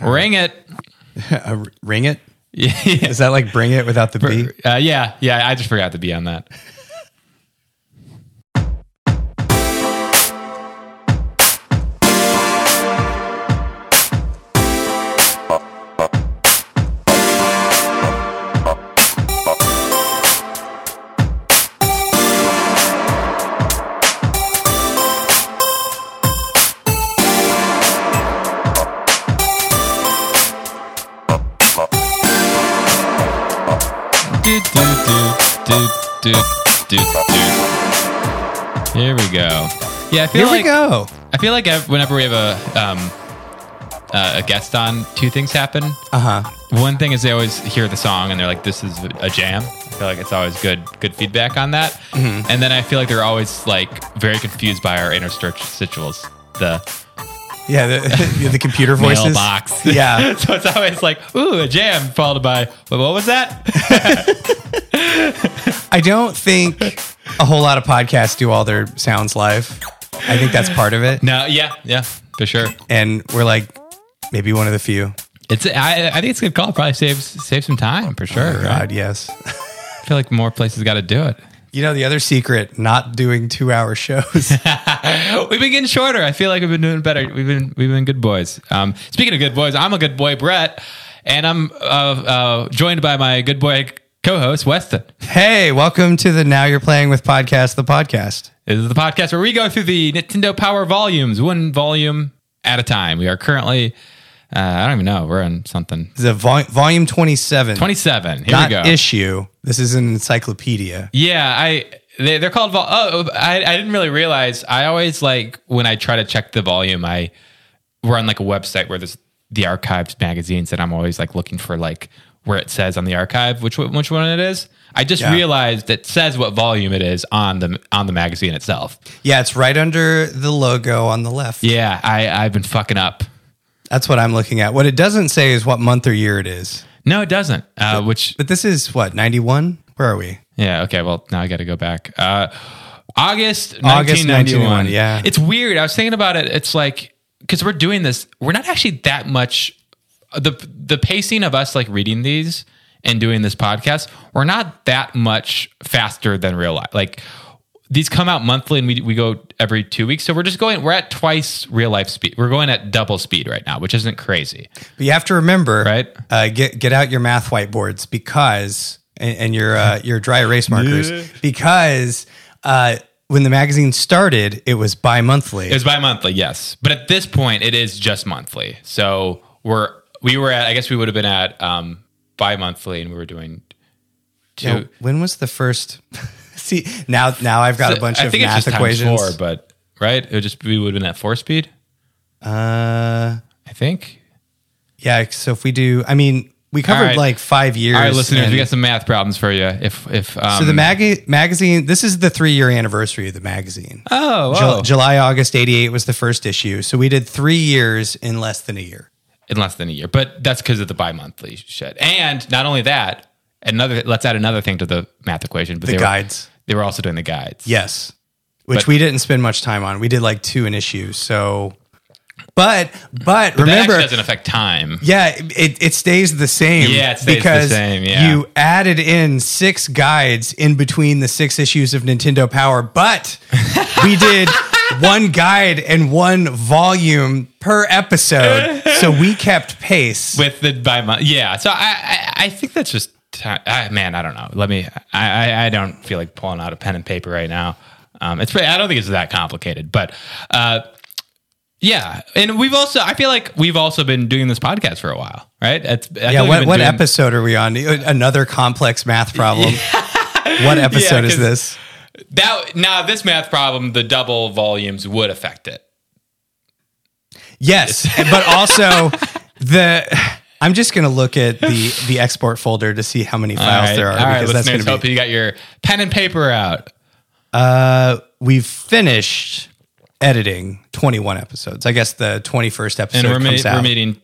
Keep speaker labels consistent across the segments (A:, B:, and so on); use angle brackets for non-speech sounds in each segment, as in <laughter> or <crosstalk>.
A: Ring it. <laughs>
B: Uh, ring it?
A: yeah.
B: Is that like bring it without the beat?
A: Uh, yeah. Yeah. I just forgot to be on that. Do, do, do, do, do, do, do. Here we go. Yeah. I feel
B: Here
A: like,
B: we go.
A: I feel like ev- whenever we have a, um, uh, a guest on, two things happen.
B: Uh huh.
A: One thing is they always hear the song and they're like, "This is a jam." I feel like it's always good, good feedback on that.
B: Mm-hmm.
A: And then I feel like they're always like very confused by our interstitials, the
B: Yeah, the, <laughs> the computer
A: <laughs>
B: voices.
A: mailbox.
B: Yeah.
A: so it's always like, "Ooh, a jam," followed by, "Well, "What was that?"
B: I don't think a whole lot of podcasts do all their sounds live. I think that's part of it.
A: No, yeah, yeah, for sure.
B: And we're like maybe one of the few.
A: It's I, I think it's a good call. Probably saves saves some time for sure. right?
B: God, yes.
A: I feel like more places got to do it.
B: You know, the other secret, not doing two hour shows. <laughs>
A: We've been getting shorter. I feel like we've been doing better. We've been we've been good boys. Um, speaking of good boys, I'm a good boy, Brett, and I'm uh, uh, joined by my good boy co-host Weston.
B: hey, welcome to the Now You're Playing with Podcast, the podcast.
A: This is the podcast where we go through the Nintendo Power volumes, one volume at a time. We are currently, uh, I don't even know, we're on something
B: This is a vol- volume 27.
A: 27. Here
B: not
A: we go.
B: issue. This is an encyclopedia.
A: Yeah, I they, they're called vol. Oh, I, I didn't really realize. I always like when I try to check the volume. I we're on like a website where there's the archived magazines, and I'm always like looking for like where it says on the archive which one- which one it is. I just
B: Yeah.
A: realized it says what volume it is on the on the magazine itself.
B: Yeah, it's right under the logo on the left.
A: Yeah, I I've been fucking up.
B: That's what I'm looking at. What it doesn't say is what month or year it is.
A: No, it doesn't. Uh, which
B: But this is what, 91? Where are we?
A: Yeah. Okay. Well, now I got to go back. Uh, August,
B: August
A: 1991.
B: 1991, yeah.
A: It's weird. I was thinking about it. It's like, cause we're doing this, we're not actually that much the, the pacing of us like reading these and doing this podcast, we're not that much faster than real life. Like these come out monthly and we, we go every two weeks. So we're just going, we're at twice real life speed. We're going at double speed right now, which isn't crazy.
B: But you have to remember,
A: Right.
B: Uh, get get out your math whiteboards because and, and your uh, your
A: <laughs>
B: dry erase markers because uh, when the magazine started, it was bi-monthly.
A: It was bi-monthly, yes. But at this point, it is just monthly. So we're we were at I guess we would have been at um bi-monthly, and we were doing two.
B: Now, when was the first? <laughs> See now now I've got a bunch of math equations.
A: four, but right, it would just we would have been at four speed.
B: uh,
A: I think.
B: yeah. So if we do, I mean, we covered
A: right.
B: like five years.
A: All right, listeners,
B: and-
A: we got some math problems for you. If if um,
B: so the mag- magazine. This is the three-year anniversary of the magazine.
A: oh,
B: Ju-
A: oh
B: July August '88 was the first issue, so we did three years in less than a year.
A: in less than a year, but that's because of the bi-monthly shit. And not only that, another let's add another thing to the math equation. But
B: The
A: they
B: guides.
A: were, they were also doing the guides.
B: Yes. Which
A: But-
B: we didn't spend much time on. We did like two an issue. So, but, but,
A: that
B: remember,
A: actually doesn't affect time.
B: yeah, it, it stays the same.
A: Yeah, it stays the
B: because
A: same, yeah.
B: You added in six guides in between the six issues of Nintendo Power, but
A: <laughs>
B: we did one guide and one volume per episode. So we kept pace.
A: with the by month. Yeah. So I, I I think that's just time. I, man. I don't know. Let me. I, I I don't feel like pulling out a pen and paper right now. Um, it's pretty, I don't think it's that complicated, but uh, yeah. And we've also I feel like we've also been doing this podcast for a while, right? It's, I feel
B: yeah,
A: like
B: what,
A: we've
B: what
A: been doing-
B: episode are we on? Uh, Another complex
A: <laughs>
B: math problem. What episode is
A: 'cause-
B: this?
A: That now this math problem, the double volumes would affect it.
B: Yes, but also the. I'm just going to look at the the export folder to see how many files there
A: All
B: are
A: right,
B: because that's
A: listeners.
B: going
A: Hope
B: to be.
A: you got your pen and paper out.
B: We've finished editing 21 episodes. I guess the 21st episode
A: and we're, meet-
B: comes
A: we're
B: out.
A: meeting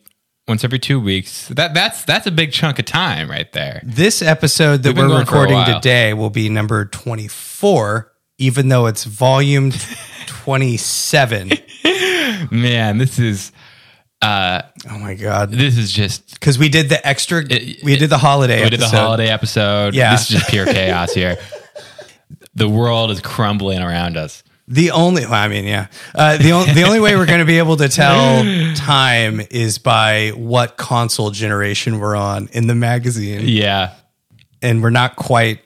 A: once every two weeks. That that's that's a big chunk of time right there.
B: This episode that
A: been
B: we're
A: going for a
B: recording
A: while.
B: today will be number 24, even though it's
A: <laughs>
B: volume 27.
A: Man, this is
B: Oh my god!
A: This is just
B: Because we did the extra,
A: It-
B: we did the holiday.
A: we did the
B: episode.
A: holiday episode.
B: Yeah.
A: This is just pure chaos
B: <laughs>
A: here. The world is crumbling around us.
B: The only, well, I mean, yeah. Uh, the only, the only way we're going to be able
A: <laughs>
B: to tell time is by what console generation we're on in the magazine,
A: Yeah.
B: and we're not quite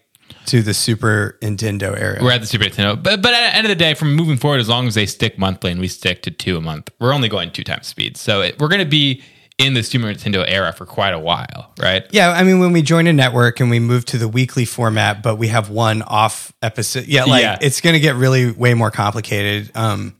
B: to the Super Nintendo era.
A: We're at the Super Nintendo. But but at the end of the day, from moving forward, as long as they stick monthly and we stick to two a month, we're only going two times speed. So it, we're going to be in the Super Nintendo era for quite a while, right?
B: Yeah, I mean, when we join a network and we move to the weekly format, but we have one off episode. Yeah, like
A: Yeah.
B: it's going to get really way more complicated. Um,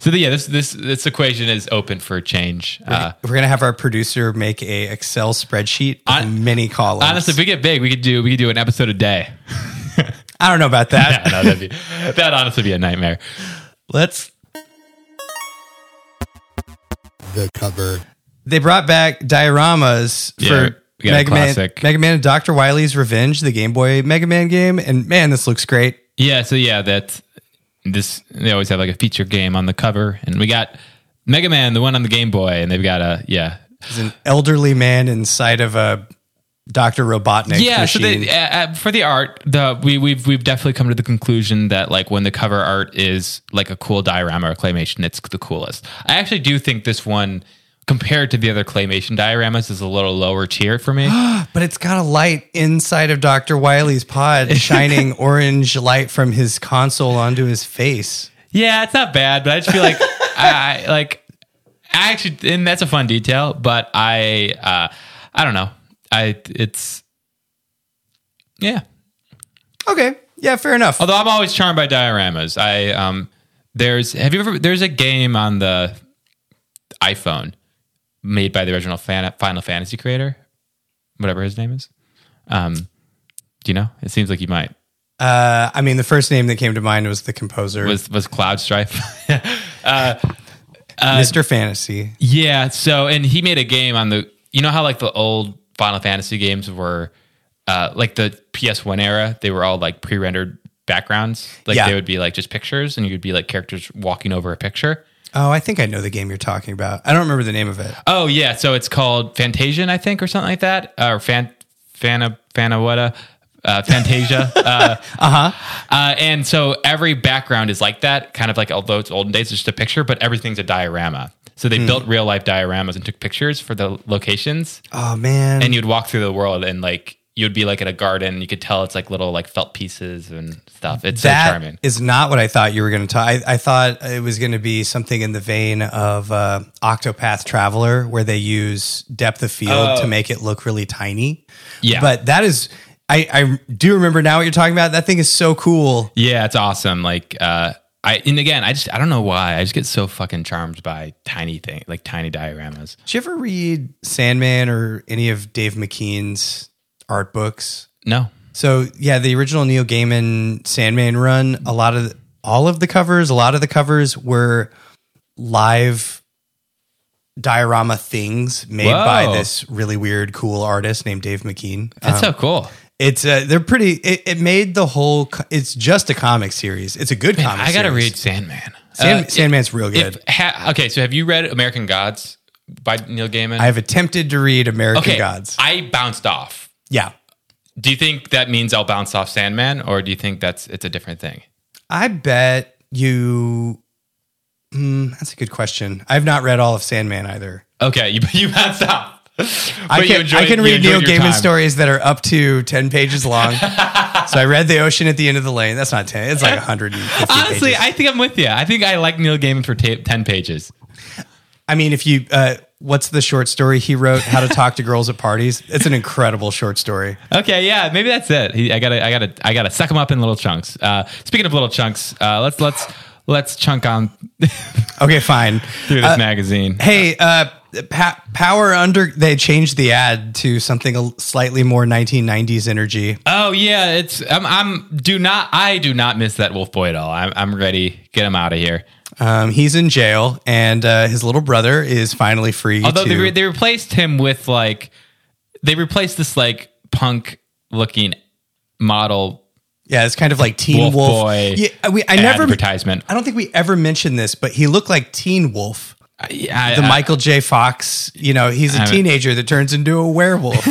A: So the, yeah, this this this equation is open for change. Uh,
B: we're going to have our producer make a Excel spreadsheet
A: Hon-
B: on many columns.
A: honestly, if we get big, we could do we could do an episode a day. <laughs>
B: I don't know about that.
A: no, that'd be <laughs> that'd honestly be a nightmare.
B: Let's
C: the cover.
B: they brought back dioramas
A: Yeah,
B: for
A: we got a
B: Mega Man,
A: classic.
B: Mega Man and Dr. Wily's Revenge, the Game Boy Mega Man game. And man, this looks great.
A: Yeah, so yeah, that this they always have like a feature game on the cover, and we got Mega Man, the one on the Game Boy, and they've got a yeah,
B: It's an elderly man inside of a Dr. Robotnik
A: yeah.
B: machine.
A: So they, uh, uh, for the art, the we we've we've definitely come to the conclusion that like when the cover art is like a cool diorama or claymation, it's the coolest. I actually do think this one. Compared to the other claymation dioramas, is a little lower tier for <gasps> me.
B: but it's got a light inside of Dr. Wily's pod,
A: <laughs>
B: shining orange light from his console onto his face.
A: Yeah, it's not bad, but I just feel like I, I like I actually and that's a fun detail, but I uh I don't know. I it's yeah.
B: Okay. Yeah, fair enough.
A: Although I'm always charmed by dioramas. I um there's have you ever there's a game on the iPhone made by the original fan, Final Fantasy creator, whatever his name is. Um do you know? It seems like you might.
B: Uh, I mean, the first name that came to mind was the composer,
A: Was was Cloud Strife? <laughs> uh,
B: Mr. Fantasy.
A: Yeah. So, and he made a game on the, you know how like the old Final Fantasy games were, uh, like the PS1 era, they were all like pre rendered backgrounds. Like
B: Yeah.
A: they would be like just pictures and you could be like characters walking over a picture.
B: Oh, I think I know the game you're talking about. I don't remember the name of it.
A: Oh, yeah. So it's called Fantasian, I think, or something like that. Uh, or Fan, Fana, Fanawata. Uh, Fantasia, uh huh, uh, and so every background is like that, kind of like although it's olden days, it's just a picture, but everything's a diorama. So they built real life dioramas and took pictures for the locations,
B: Oh, man.
A: and you'd walk through the world and like you'd be like at a garden you could tell it's like little like felt pieces and stuff it's so
B: That is
A: charming
B: not what I thought you were going to talk. I, I thought it was going to be something in the vein of uh, Octopath Traveler, where they use depth of field to make it look really tiny.
A: Oh. Yeah.
B: but that is. I, I do remember now what you're talking about. That thing is so cool.
A: yeah it's awesome like uh i and again i just i don't know why i just get so fucking charmed by tiny thing like tiny dioramas
B: Did you ever read Sandman or any of Dave McKean's art books?
A: no
B: So yeah, the original Neil Gaiman Sandman run, a lot of all of the covers, a lot of the covers were live diorama things made
A: Whoa.
B: by this really weird, cool artist named Dave McKean.
A: that's so
B: Um,
A: cool
B: it's uh, they're pretty. It, it made the whole. co- It's just a comic series. It's a good
A: Man, i
B: comic.
A: gotta
B: series.
A: read sandman
B: Sand,
A: Uh,
B: Sandman's real
A: if-
B: good.
A: ha- okay so have you read american gods by neil gaiman
B: I've attempted to read American
A: okay
B: Gods.
A: i bounced off
B: yeah,
A: do you think that means i'll bounce off sandman or do you think that's it's a different thing
B: I bet you. Hmm, that's a good question. I've not read all of Sandman either.
A: okay <laughs> you, you bounced off
B: I
A: But
B: can, I can
A: you
B: read Neil
A: enjoyed your time.
B: Gaiman stories that are up to 10 pages
A: <laughs>
B: long. so I read The Ocean at the End of the Lane. That's not 10, it's like 150
A: Honestly,
B: pages.
A: I think I'm with you. I think I like Neil Gaiman for ta- 10 pages.
B: I mean, if you, uh, what's the short story he wrote, How to Talk to Girls at Parties? It's an incredible short story.
A: Okay, yeah, maybe that's it. He, I gotta, I gotta, I gotta suck him up in little chunks. Uh, speaking of little chunks, uh, let's let's let's chunk on <laughs>
B: Okay, fine. Uh,
A: through this magazine.
B: Hey, uh, pa- Power Under, they changed the ad to something a- slightly more 1990s energy.
A: Oh yeah, it's I'm, I'm do not I do not miss that Wolf Boy at all. I'm I'm ready. Get him out of here.
B: Um, he's in jail, and uh, his little brother is finally free.
A: Although
B: to,
A: they, re- they replaced him with like they replaced this like punk looking model
B: Yeah, it's kind of like Teen
A: Wolf
B: Wolf.
A: Boy
B: yeah, we, I never.
A: advertisement.
B: I don't think we ever mentioned this, but he looked like Teen Wolf.
A: I,
B: the
A: I-
B: Michael J. Fox. You know, he's a
A: haven't-
B: teenager that turns into a
A: <laughs>
B: werewolf.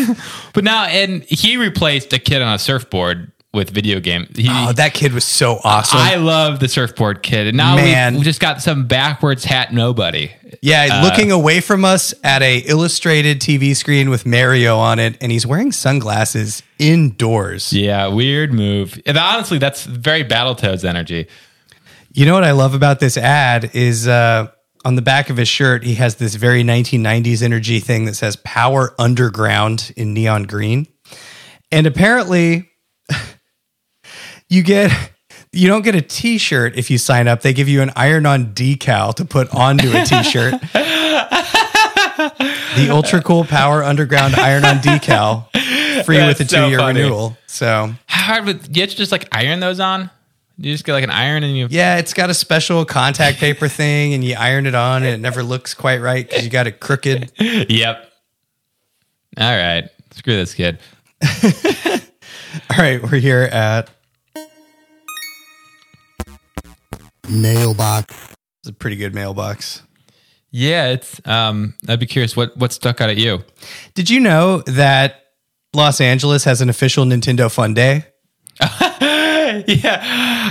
A: But now, and he replaced a kid on a surfboard with video game. He,
B: oh, that kid was so awesome.
A: I love the surfboard kid, and now
B: Man.
A: we just got some backwards hat nobody. uh,
B: yeah, looking away from us at a illustrated TV screen with Mario on it, and he's wearing sunglasses indoors.
A: Yeah, weird move. And honestly, that's very Battletoads energy.
B: You know what I love about this ad is uh, on the back of his shirt, he has this very 1990s energy thing that says Power Underground in neon green. And apparently, <laughs> you get. You don't get a t shirt if you sign up. They give you an iron on decal to put onto a t shirt. the Ultra Cool Power Underground iron on decal, free
A: That's
B: with a
A: so
B: two year
A: funny.
B: renewal. So,
A: How hard would you have to just like iron those on? You just get like an iron and you.
B: Yeah, it's got a special contact paper thing, and you iron it on, and it never looks quite right because you got it crooked.
A: Yep. All right. Screw this kid.
B: All right, we're here at
C: mailbox,
B: it's a pretty good mailbox.
A: Yeah, it's. Um, I'd be curious what what stuck out at you.
B: Did you know that Los Angeles has an official Nintendo Fun Day?
A: <laughs> yeah,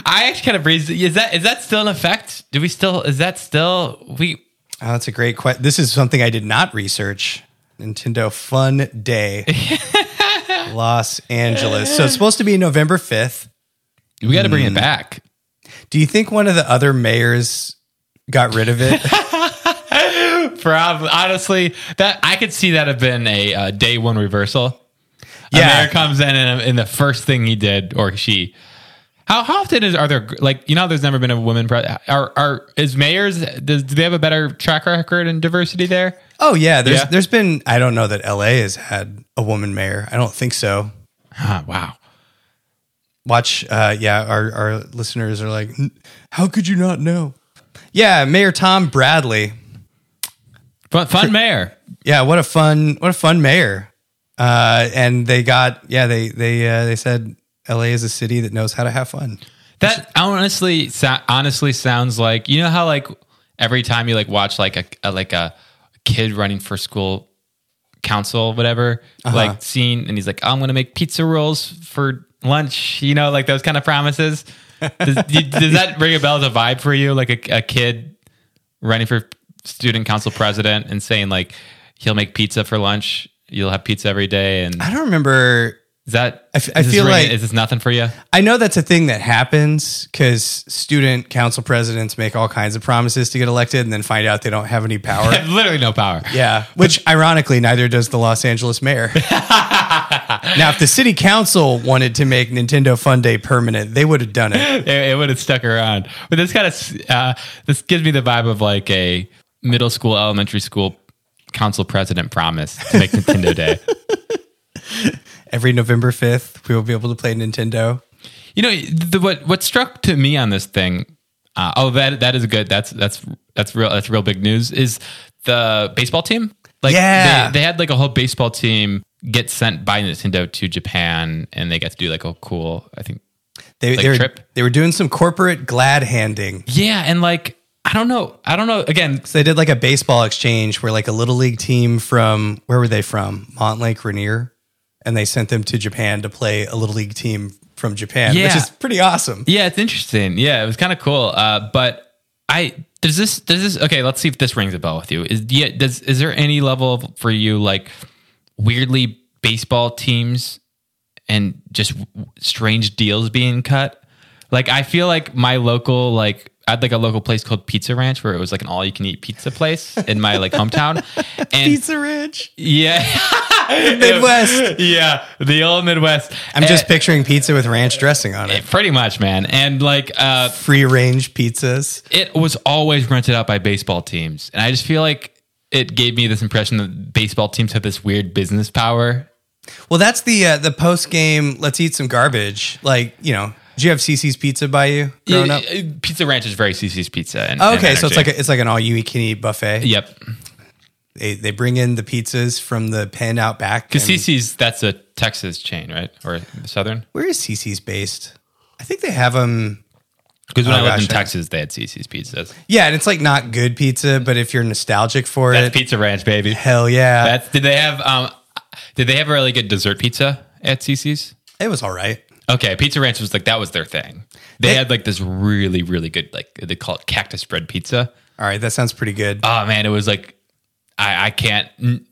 A: I actually kind of breezed. Is that is that still in effect? Do we still? Is that still we?
B: Oh, that's a great question. This is something I did not research. Nintendo Fun Day, Los Angeles. So it's supposed to be November fifth.
A: We got to bring it back.
B: Do you think one of the other mayors got rid of it?
A: Probably, honestly, that I could see that have been a uh, day one reversal.
B: Yeah.
A: a mayor comes in and, and the first thing he did or she. How, how often is are there like you know? There's never been a woman. Pre- are are is mayors? Does, do they have a better track record in diversity there?
B: Oh yeah, there's
A: Yeah.
B: there's been I don't know that LA has had a woman mayor. I don't think so.
A: Huh, wow.
B: Watch uh yeah, our our listeners are like, "N- "How could you not know?" Yeah, Mayor Tom Bradley.
A: Fun, <laughs> fun mayor.
B: Yeah, what a fun what a fun mayor. Uh and they got yeah, they they uh, they said LA is a city that knows how to have fun.
A: That honestly, so, honestly sounds like you know how like every time you like watch like a, a like a kid running for school council, whatever,
B: Uh-huh.
A: like scene, and he's like, "I'm gonna make pizza rolls for lunch," you know, like those kind of promises.
B: <laughs>
A: Does, do- does that ring a bell as a vibe for you? Like a, a kid running for student council president and saying like he'll make pizza for lunch. You'll have pizza every day, and
B: I don't remember
A: is that
B: I f- I
A: is this
B: feel
A: ringing-
B: like-
A: is this nothing for you?
B: I know that's a thing that happens cuz student council presidents make all kinds of promises to get elected and then find out they don't have any power.
A: Literally no power.
B: Yeah, which ironically, neither does the Los
A: <laughs>
B: Angeles mayor. now, if the city council wanted to make Nintendo Fun Day permanent, they would have done it.
A: it, it would have stuck around. But this kind of uh, this gives me the vibe of like a middle school, elementary school council president promise to make Nintendo Day.
B: Every November 5th, we will be able to play Nintendo.
A: You know, the, what what struck to me on this thing, uh, oh that that is good. That's that's that's real that's real big news. Is the baseball team? Like
B: Yeah.
A: they, they had like a whole baseball team get sent by Nintendo to Japan, and they got to do like a cool, I think,
B: They,
A: Like
B: they, were,
A: trip?
B: they were doing some corporate glad handing.
A: yeah, and like. I don't know. I don't know. Again,
B: So they did like a baseball exchange where like a little league team from, where were they from? Montlake Rainier. And they sent them to Japan to play a little league team from Japan, which
A: Yeah.
B: is pretty awesome.
A: Yeah, it's interesting. Yeah, it was kind of cool. Uh, but I does this does this okay? Let's see if this rings a bell with you. Is yeah does is there any level of- for you like weirdly baseball teams and just w- strange deals being cut? Like I feel like my local like I had like a local place called Pizza Ranch where it was like an all you can eat pizza place in my like hometown,
B: <laughs>
A: and
B: Pizza Ridge.
A: yeah, <laughs>
B: Midwest.
A: yeah, the old Midwest. Eh,
B: I'm just picturing pizza with ranch dressing on it.
A: pretty much man, and like uh,
B: free range pizzas.
A: it was always rented out by baseball teams. And I just feel like it gave me this impression that baseball teams have this weird business power.
B: Well, that's the uh, the post game. Let's eat some garbage. Like you know, do you have CC's Pizza by you growing up?
A: Uh, Pizza Ranch is very CC's Pizza. And,
B: Oh,
A: and
B: okay, so
A: energy.
B: it's like a, it's like an all you can eat buffet.
A: Yep.
B: They they bring in the pizzas from the pen out back.
A: Because
B: and-
A: CC's, that's a Texas chain, right? Or Southern?
B: where is CC's based? I think they have them
A: Because when
B: Oh,
A: I lived
B: gosh,
A: in
B: yeah.
A: Texas, they had CC's pizzas.
B: Yeah, and it's like not good pizza, but if you're nostalgic for
A: That's
B: it,
A: Pizza Ranch, baby.
B: hell yeah,
A: That's did they have um did they have a really good dessert pizza at CC's?
B: it was all right.
A: Okay, Pizza Ranch was like that was their thing. They,
B: They-
A: had like this really really good like they call it cactus bread pizza.
B: All right, that sounds pretty good.
A: Oh man, it was like I I can't n-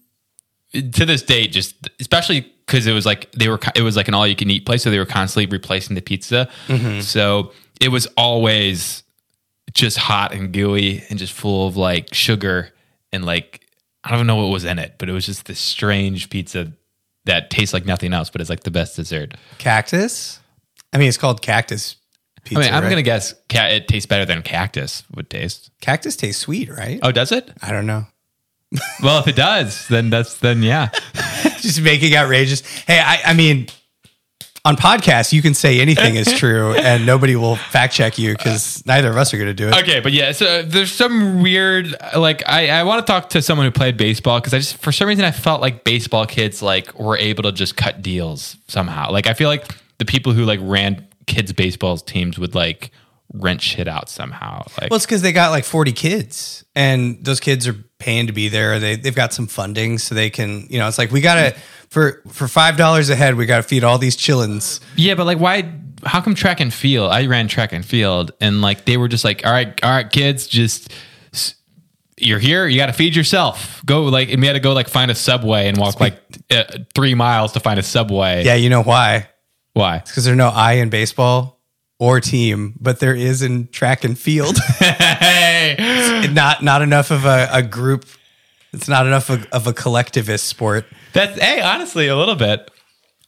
A: to this day just especially because it was like they were co- it was like an all you can eat place, so they were constantly replacing the pizza. So it was always just hot and gooey and just full of like sugar and like I don't know what was in it, but it was just this strange pizza that tastes like nothing else, but it's like the best dessert.
B: cactus. I mean, it's called cactus pizza.
A: I mean, I'm
B: right?
A: gonna guess ca- it tastes better than cactus would taste.
B: cactus tastes sweet, right?
A: Oh, does it?
B: I don't know.
A: Well, if it does, then that's then yeah.
B: <laughs> Just making outrageous. Hey, I, I mean, on podcasts, you can say anything is true, and nobody will fact check you because neither of us are gonna do it.
A: Okay, but yeah, so there's some weird like I, I want to talk to someone who played baseball because I just for some reason I felt like baseball kids like were able to just cut deals somehow. Like I feel like the people who like ran kids baseball teams would like rent shit out somehow. Like
B: Well, it's because they got like 40 kids, and those kids are paying to be there. They they've got some funding, so they can. You know, it's like we gotta for for five dollars a head, we gotta feed all these chillins.
A: yeah, but like why? How come track and field? I ran track and field, and like they were just like, all right, all right, kids, just. s- You're here. You got to feed yourself. Go like, and we had to go like find a subway and walk like uh, three miles to find a subway.
B: Yeah, you know why?
A: Why?
B: because there's no I in baseball or team, but there is in track and field.
A: <laughs> hey,
B: not not enough of a, a group. It's not enough of, of a collectivist sport.
A: that's hey, honestly, a little bit.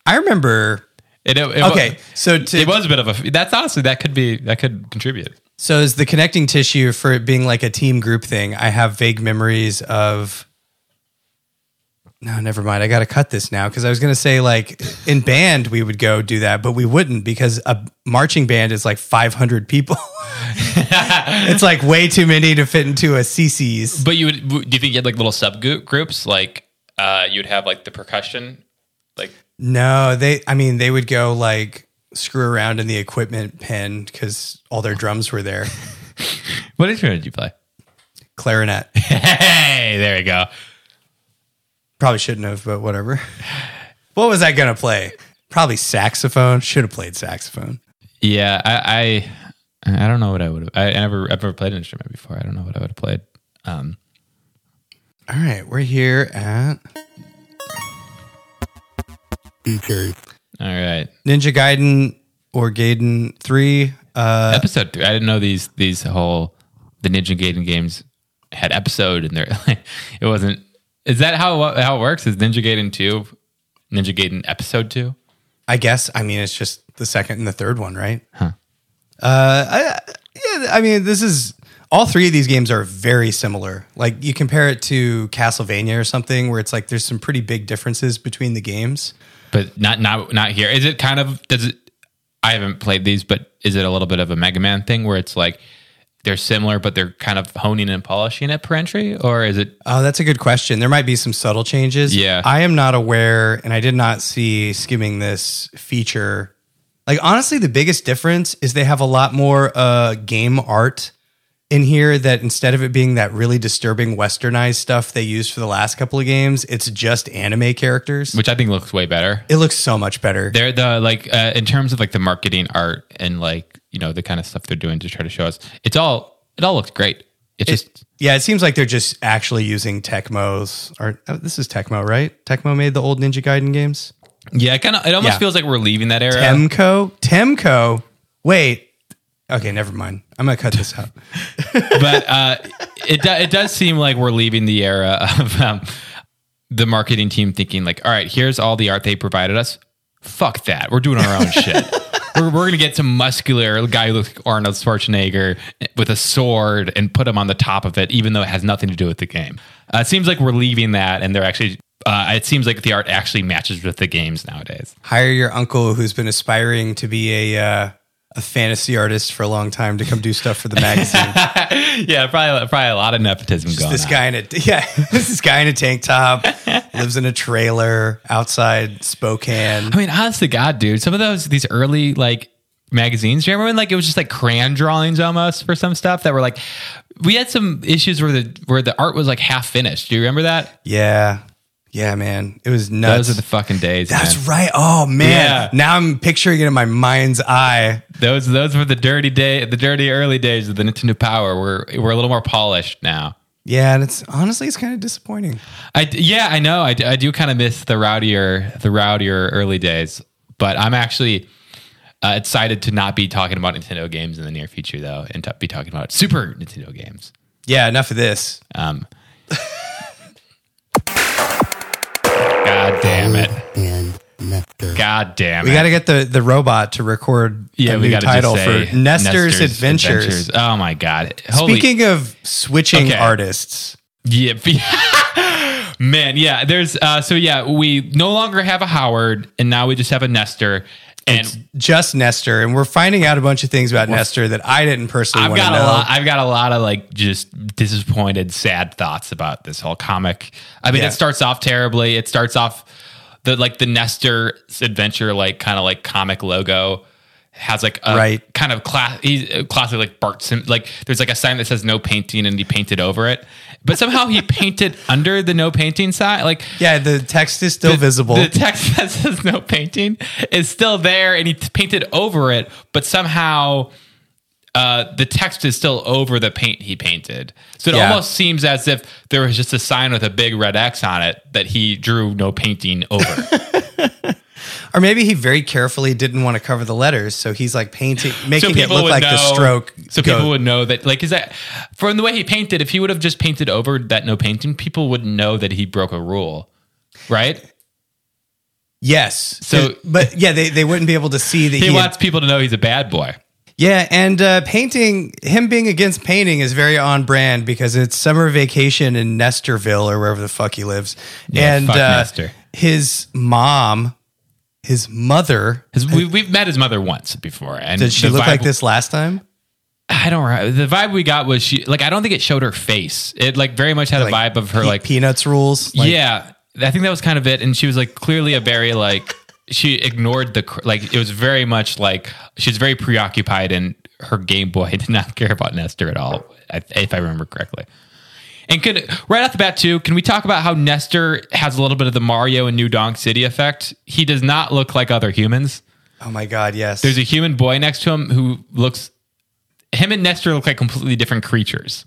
B: I remember.
A: It, it,
B: Okay, so
A: it,
B: to,
A: was a bit of a. That's honestly that could be that could contribute.
B: so as the connecting tissue for it being like a team group thing, I have vague memories of. No, never mind. I got to cut this now because I was going to say like in band we would go do that, but we wouldn't because a marching band is like 500 people. <laughs> it's like way too many to fit into a CC's.
A: But you would? Do you think you had like little sub groups? Like uh, you'd have like the percussion, like
B: No, they. I mean, they would go like screw around in the equipment pen because all their drums were there.
A: what instrument did you play?
B: Clarinet.
A: <laughs> Hey, there you go.
B: Probably shouldn't have, but whatever. What was I gonna play? Probably saxophone. Should have played saxophone.
A: Yeah, I I, I don't know what I would have. I never I've never played an instrument before. I don't know what I would have played. Um,
B: All right, we're here at
C: features,
A: all right,
B: Ninja Gaiden or Gaiden Three. Uh,
A: episode three. I didn't know these these whole the Ninja Gaiden games had episode and they're <laughs> like it wasn't. Is that how how it works? Is Ninja Gaiden two, Ninja Gaiden episode two?
B: I guess. I mean, it's just the second and the third one, right? Huh. Uh, I, yeah. I mean, this is all three of these games are very similar. Like you compare it to Castlevania or something, where it's like there's some pretty big differences between the games.
A: But not not not here. Is it kind of does it? I haven't played these, but is it a little bit of a Mega Man thing where it's like they're similar, but they're kind of honing and polishing it per entry, or is it?
B: Oh, that's a good question. There might be some subtle changes.
A: Yeah.
B: I am not aware, and I did not see skimming this feature. Like, honestly, the biggest difference is they have a lot more uh, game art in here that instead of it being that really disturbing westernized stuff they used for the last couple of games, it's just anime characters.
A: Which I think looks way better.
B: It looks so much better.
A: they're the like uh, in terms of like the marketing art and like you know the kind of stuff they're doing to try to show us it's all it all looks great it's just
B: Yeah, it seems like they're just actually using Tecmo's. Or oh, this is Tecmo, right? Tecmo made the old Ninja Gaiden games.
A: yeah kind of it almost
B: Yeah.
A: feels like we're leaving that era
B: Temco? Temco? Wait. Okay, never mind. I'm going to cut
A: <laughs>
B: this out.
A: but uh it do, it does seem like we're leaving the era of um, the marketing team thinking like all right here's all the art they provided us fuck that we're doing our own shit we're, we're gonna get some muscular guy who looks like arnold schwarzenegger with a sword and put him on the top of it even though it has nothing to do with the game uh, it seems like we're leaving that and they're actually uh, it seems like the art actually matches with the games nowadays <laughs>
B: Hire your uncle who's been aspiring to be a uh, a fantasy artist for a long time to come do stuff for the
A: <laughs>
B: magazine.
A: yeah probably probably a lot of nepotism going
B: this
A: on.
B: guy in a yeah, <laughs> this guy in a tank top lives in a trailer outside Spokane.
A: I mean, honest to God, dude, some of those these early like magazines. Do you remember when like it was just like crayon drawings almost for some stuff that were like we had some issues where the where the art was like half finished. Do you remember that?
B: Yeah. Yeah, man. It was
A: Those
B: nuts.
A: are the fucking days.
B: That's
A: man.
B: right. Oh man.
A: Yeah.
B: Now I'm picturing it in my mind's eye.
A: Those those were the dirty day the dirty early days of the Nintendo Power. We're we're a little more polished now.
B: Yeah, and it's honestly it's kind of disappointing.
A: I d- yeah, I know. I, d- I do kind of miss the rowdier the rowdier early days, but I'm actually uh, excited to not be talking about Nintendo games in the near future though, and to be talking about Super Nintendo games.
B: Yeah, enough of this.
A: Um, God damn it!
C: and nectar.
A: God damn it!
B: We got to get the the robot to record
A: yeah,
B: a
A: we
B: new
A: gotta just
B: title for
A: say
B: Nestor's, Adventures.
A: Oh my God! Holy
B: Speaking of switching
A: Okay.
B: artists,
A: Yeah. <laughs> Man, yeah. There's uh so yeah, we no longer have a Howard and now we just have a Nestor. And
B: just Nestor, and we're finding out a bunch of things about Nestor that I didn't personally
A: I've
B: want to
A: got
B: know.
A: a lot I've got a lot of like just disappointed, sad thoughts about this whole comic. I mean,
B: Yeah.
A: it starts off terribly. It starts off the like the Nestor adventure like kind of like comic logo has like a
B: Right.
A: kind of class he's uh, classic like Bart Sim like there's like a sign that says no painting and he painted over it. But somehow he <laughs> painted under the no painting sign. Like
B: Yeah, the text is still visible.
A: The text <laughs> that says no painting is still there, and he t- painted over it, but somehow uh, the text is still over the paint he painted. So it
B: Yeah.
A: almost seems as if there was just a sign with a big red X on it that he drew no painting
B: <laughs>
A: over.
B: or maybe he very carefully didn't want to cover the letters, so he's like painting, making it look
A: would
B: like the stroke.
A: So
B: go-
A: people would know that, like, is that from the way he painted? If he would have just painted over that no painting, people wouldn't know that he broke a rule, right?
B: yes.
A: So-
B: but yeah, they, they wouldn't be able to see that
A: He
B: he. had-
A: wants people to know he's a bad boy.
B: yeah, and uh, painting him being against painting is very on brand because it's summer vacation in Nestorville or wherever the fuck he lives,
A: Yeah,
B: and
A: fuck
B: uh,
A: Nestor.
B: his mom, his mother.
A: His, we, we've met his mother once before, and
B: Did she
A: the
B: look
A: vibe-
B: like this last time?
A: I don't know. The vibe we got was she like I don't think it showed her face. It like very much had a vibe of her
B: Pe-
A: like,
B: peanuts rules. Like,
A: yeah. I think that was kind of it, and she was like clearly a very like she ignored the cr- like it was very much like she's very preoccupied and her Game Boy <laughs> did not care about Nestor at all, if if I remember correctly. And could right off the bat too, can we talk about how Nestor has a little bit of the Mario and New Donk City effect? He does not look like other humans.
B: Oh my god, yes.
A: There's a human boy next to him who looks. Him and Nestor look like completely different creatures.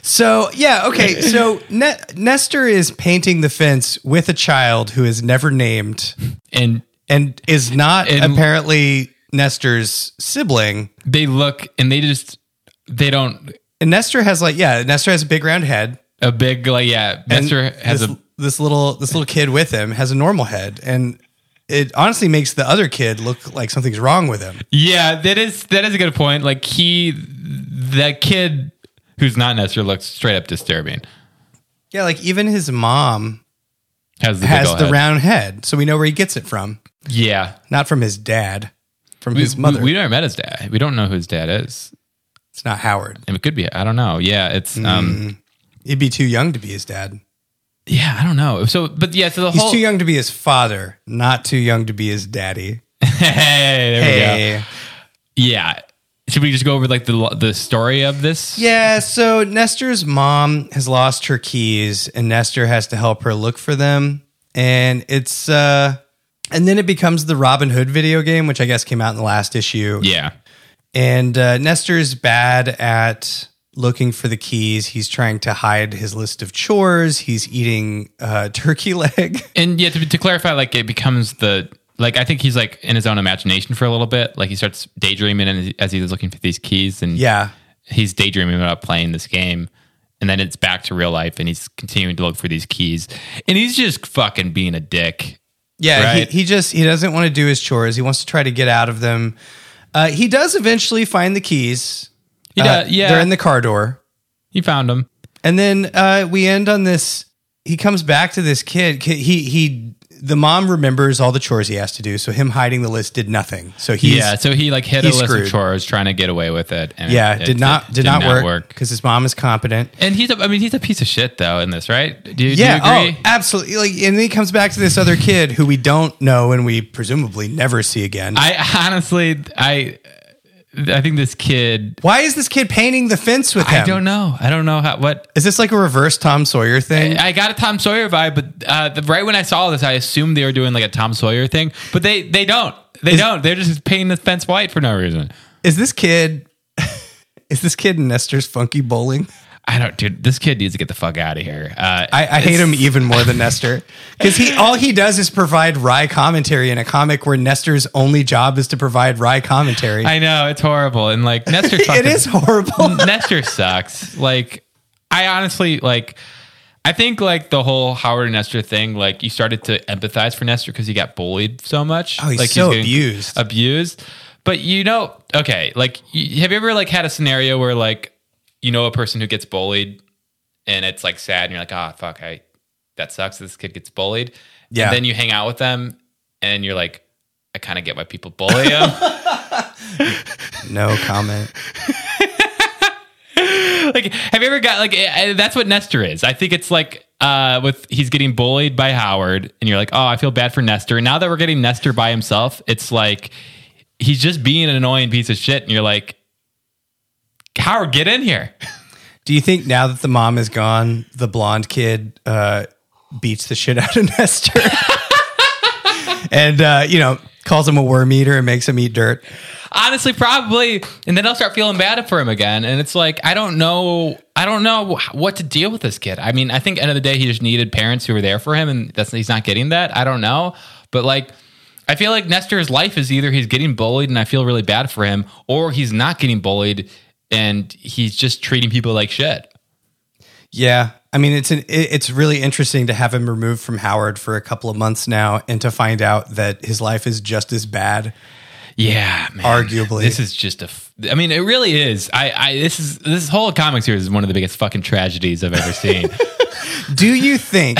B: So
A: <laughs>
B: yeah, okay. So ne- Nestor is painting the fence with a child who is never named
A: And
B: and is not
A: And-
B: apparently Nestor's sibling.
A: they look and they just. They don't.
B: And Nestor has like yeah, Nestor has a big round head.
A: A big, like, yeah.
B: and
A: Nestor has
B: this,
A: a.
B: this little this little kid with him has a normal head, and it honestly makes the other kid look like something's wrong with him.
A: Yeah, that is that is a good point. Like, he. That kid who's not Nestor looks straight up disturbing.
B: Yeah, like even his mom
A: Has the, big
B: has
A: ol'
B: the
A: head.
B: round head, so we know where he gets it from.
A: Yeah.
B: Not from his dad, from
A: We-
B: his mother.
A: We, we never met his dad. We don't know who his dad is.
B: it's not Howard.
A: It could be. I don't know. Yeah. It's. um
B: Mm. He'd be too young to be his dad.
A: Yeah. I don't know. So, but yeah. So the
B: He's
A: whole.
B: too young to be his father, not too young to be his daddy.
A: <laughs> hey. There we go.
B: Hey.
A: Yeah. Should we just go over like the the story of this?
B: Yeah, so Nestor's mom has lost her keys and Nestor has to help her look for them. And it's uh and then it becomes the Robin Hood video game, which I guess came out in the last issue.
A: Yeah.
B: And uh, Nestor's bad at looking for the keys. He's trying to hide his list of chores. He's eating uh, <laughs> turkey leg.
A: And yeah, to, to clarify, like it becomes the like I think he's like in his own imagination for a little bit. Like he starts daydreaming and as he's looking for these keys, and
B: yeah,
A: he's daydreaming about playing this game. And then it's back to real life, and he's continuing to look for these keys, and he's just fucking being a dick.
B: Yeah,
A: Right.
B: he, he just he doesn't want to do his chores. He wants to try to get out of them. Uh, he does eventually find the keys.
A: He
B: Uh,
A: does, yeah.
B: they're in the car door,
A: he found him.
B: and then uh, we end on this. He comes back to this kid. Ki- He he the mom remembers all the chores he has to do, so him hiding the list did nothing. So he's
A: yeah, so he like hit a
B: he's
A: list
B: screwed.
A: of chores trying to get away with it. And
B: yeah,
A: it-
B: did
A: it
B: not did, not, work because his mom is competent.
A: And he's a, I mean, he's a piece of shit though in this, right? Do you,
B: Yeah,
A: do you agree?
B: oh, absolutely. Like, and then he comes back to this other kid who we don't know and we presumably never see again.
A: I honestly, I, I think this kid.
B: Why is this kid painting the fence with him?
A: I don't know. I don't know how what
B: Is this like a reverse Tom Sawyer thing?
A: I got a Tom Sawyer vibe, but uh, the, right when I saw this, I assumed they were doing like a Tom Sawyer thing, but they they don't. They don't. They're just painting the fence white for no reason.
B: is this kid? <laughs> Is this kid in Nestor's funky bowling?
A: I don't, dude. This kid needs to get the fuck out of here. Uh,
B: I, I hate
A: it's-
B: him even more than Nestor because he all he does is provide wry commentary in a comic where Nestor's only job is to provide wry commentary.
A: I know it's horrible, and like
B: <laughs>
A: Nestor.
B: it
A: fucking-
B: is horrible.
A: Nestor sucks. Like, I honestly like. I think like the whole Howard and Nestor thing, like you started to empathize for Nestor because he got bullied so much.
B: <laughs> Oh, he's
A: like,
B: so
A: getting
B: abused.
A: abused. But you know, okay, like y- have you ever like had a scenario where like you know a person who gets bullied and it's like sad and you're like, ah, fuck, I that sucks. This kid gets bullied.
B: Yeah.
A: And then you hang out with them and you're like, I kind of get why people bully him.
B: no comment.
A: <laughs> like have you ever got like eh, eh, that's what nestor is i think it's like uh with he's getting bullied by howard and you're like oh i feel bad for nestor and now that we're getting nestor by himself it's like he's just being an annoying piece of shit and you're like howard get in here
B: Do you think now that the mom is gone, the blonde kid uh, beats the shit out of <laughs> Nestor and uh, you know calls him a worm eater and makes him eat dirt?
A: honestly probably and then i'll start feeling bad for him again and it's like i don't know i don't know wh- what to deal with this kid i mean i think end of the day he just needed parents who were there for him and that's he's not getting that i don't know but like i feel like nestor's life is either he's getting bullied and i feel really bad for him or he's not getting bullied and he's just treating people like shit
B: Yeah, I mean it's an it, it's really interesting to have him removed from Howard for a couple of months now, and to find out that his life is just as bad.
A: yeah man.
B: Arguably.
A: this is just a f- i mean it really is i i this is this whole comic series is one of the biggest fucking tragedies i've ever seen
B: Do you think?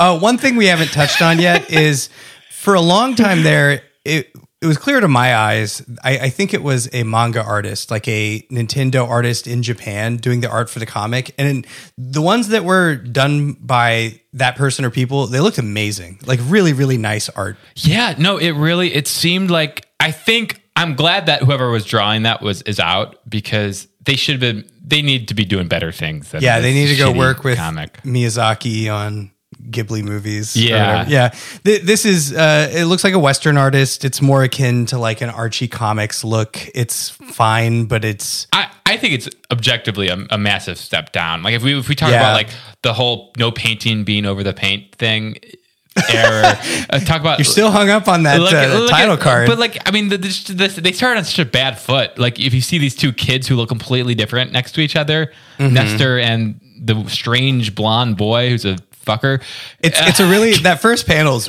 B: uh, one thing we haven't touched on yet is for a long time there, it, it was clear to my eyes. I, I think it was a manga artist, like a Nintendo artist in Japan, doing the art for the comic. And the ones that were done by that person or people, they looked amazing. Like really, really nice art.
A: Yeah, no, it really it seemed like I think I'm glad that whoever was drawing that was is out because they should have been they need to be doing better things. Than
B: Yeah, they
A: this
B: need to go
A: shitty
B: work with
A: comic.
B: Miyazaki on Ghibli movies. or
A: Yeah.
B: whatever. yeah. Th- this is. Uh, it looks like a Western artist. It's more akin to like an Archie comics look. It's fine, but it's
A: I, I think it's objectively a, a massive step down. Like if we if we talk
B: Yeah.
A: about like the whole no painting being over the paint thing <laughs> error, uh, talk about
B: <laughs> you're still hung up on that uh,
A: at-
B: title card.
A: But like, I mean, the, this, this, they started on such a bad foot. Like, if you see these two kids who look completely different next to each other,
B: Mm-hmm.
A: Nestor and the strange blonde boy who's a fucker.
B: it's it's a really that first panel's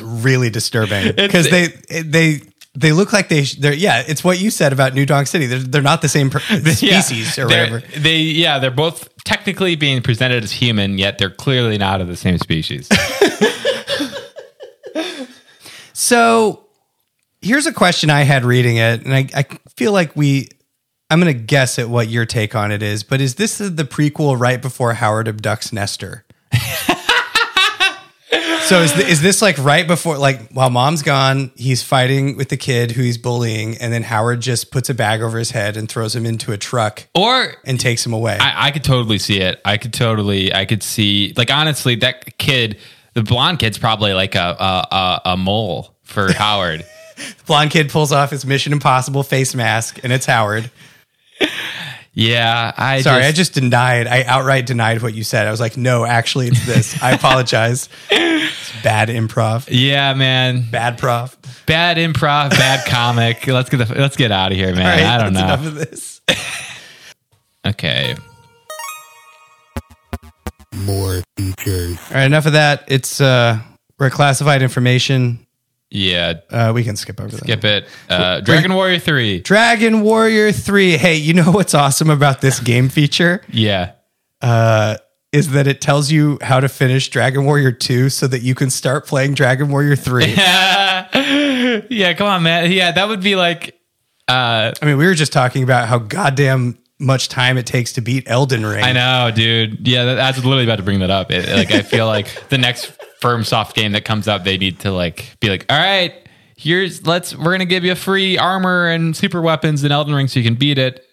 A: <laughs>
B: really disturbing because they they. They look like they. sh- They're yeah. It's what you said about New Donk City. They're, they're not the same per-
A: <laughs> Yeah.
B: species or
A: They're-
B: whatever.
A: They yeah, they're both technically being presented as human, yet they're clearly not of the same
B: <laughs>
A: species.
B: So here's a question I had reading it, and I, I feel like we, I'm going to guess at what your take on it is, but is this the prequel right before Howard abducts Nestor? <laughs> so is, th- is this like right before, like while mom's gone, he's fighting with the kid who he's bullying, and then Howard just puts a bag over his head and throws him into a truck
A: or
B: and takes him away?
A: I, I could totally see it. I could totally, I could see, like, honestly, that kid, the blonde kid's probably like a, a, a, a mole for
B: <laughs>
A: Howard.
B: Blonde kid pulls off his Mission Impossible face mask, and it's Howard.
A: yeah. I
B: Sorry, I just denied. I outright denied what you said. I was like, no, actually, it's this. I <laughs> apologize. It's bad improv.
A: yeah, man.
B: Bad prof.
A: Bad improv,
B: <laughs>
A: bad comic. let's get the, let's get out of here, man.
B: All right,
A: I don't
B: that's
A: know.
B: Enough of this.
A: Okay.
C: more features.
B: All right, enough of that. It's uh, we're classified information.
A: Yeah.
B: Uh, we can skip over that.
A: Skip it. Uh, Dragon Warrior 3.
B: Dragon Warrior Three. Hey, you know what's awesome about this game feature?
A: Yeah.
B: is that it tells you how to finish Dragon Warrior 2 so that you can start playing Dragon Warrior <laughs> 3.
A: <laughs> yeah, come on, man. Yeah, that would be like
B: I mean, we were just talking about how goddamn much time it takes to beat Elden Ring.
A: I know, dude. Yeah, that, that's literally about to bring that up. It, like, I feel
B: <laughs>
A: like the next firm soft game that comes out, they need to like be like, all right, here's let's we're gonna give you free armor and super weapons in Elden Ring so you can beat it,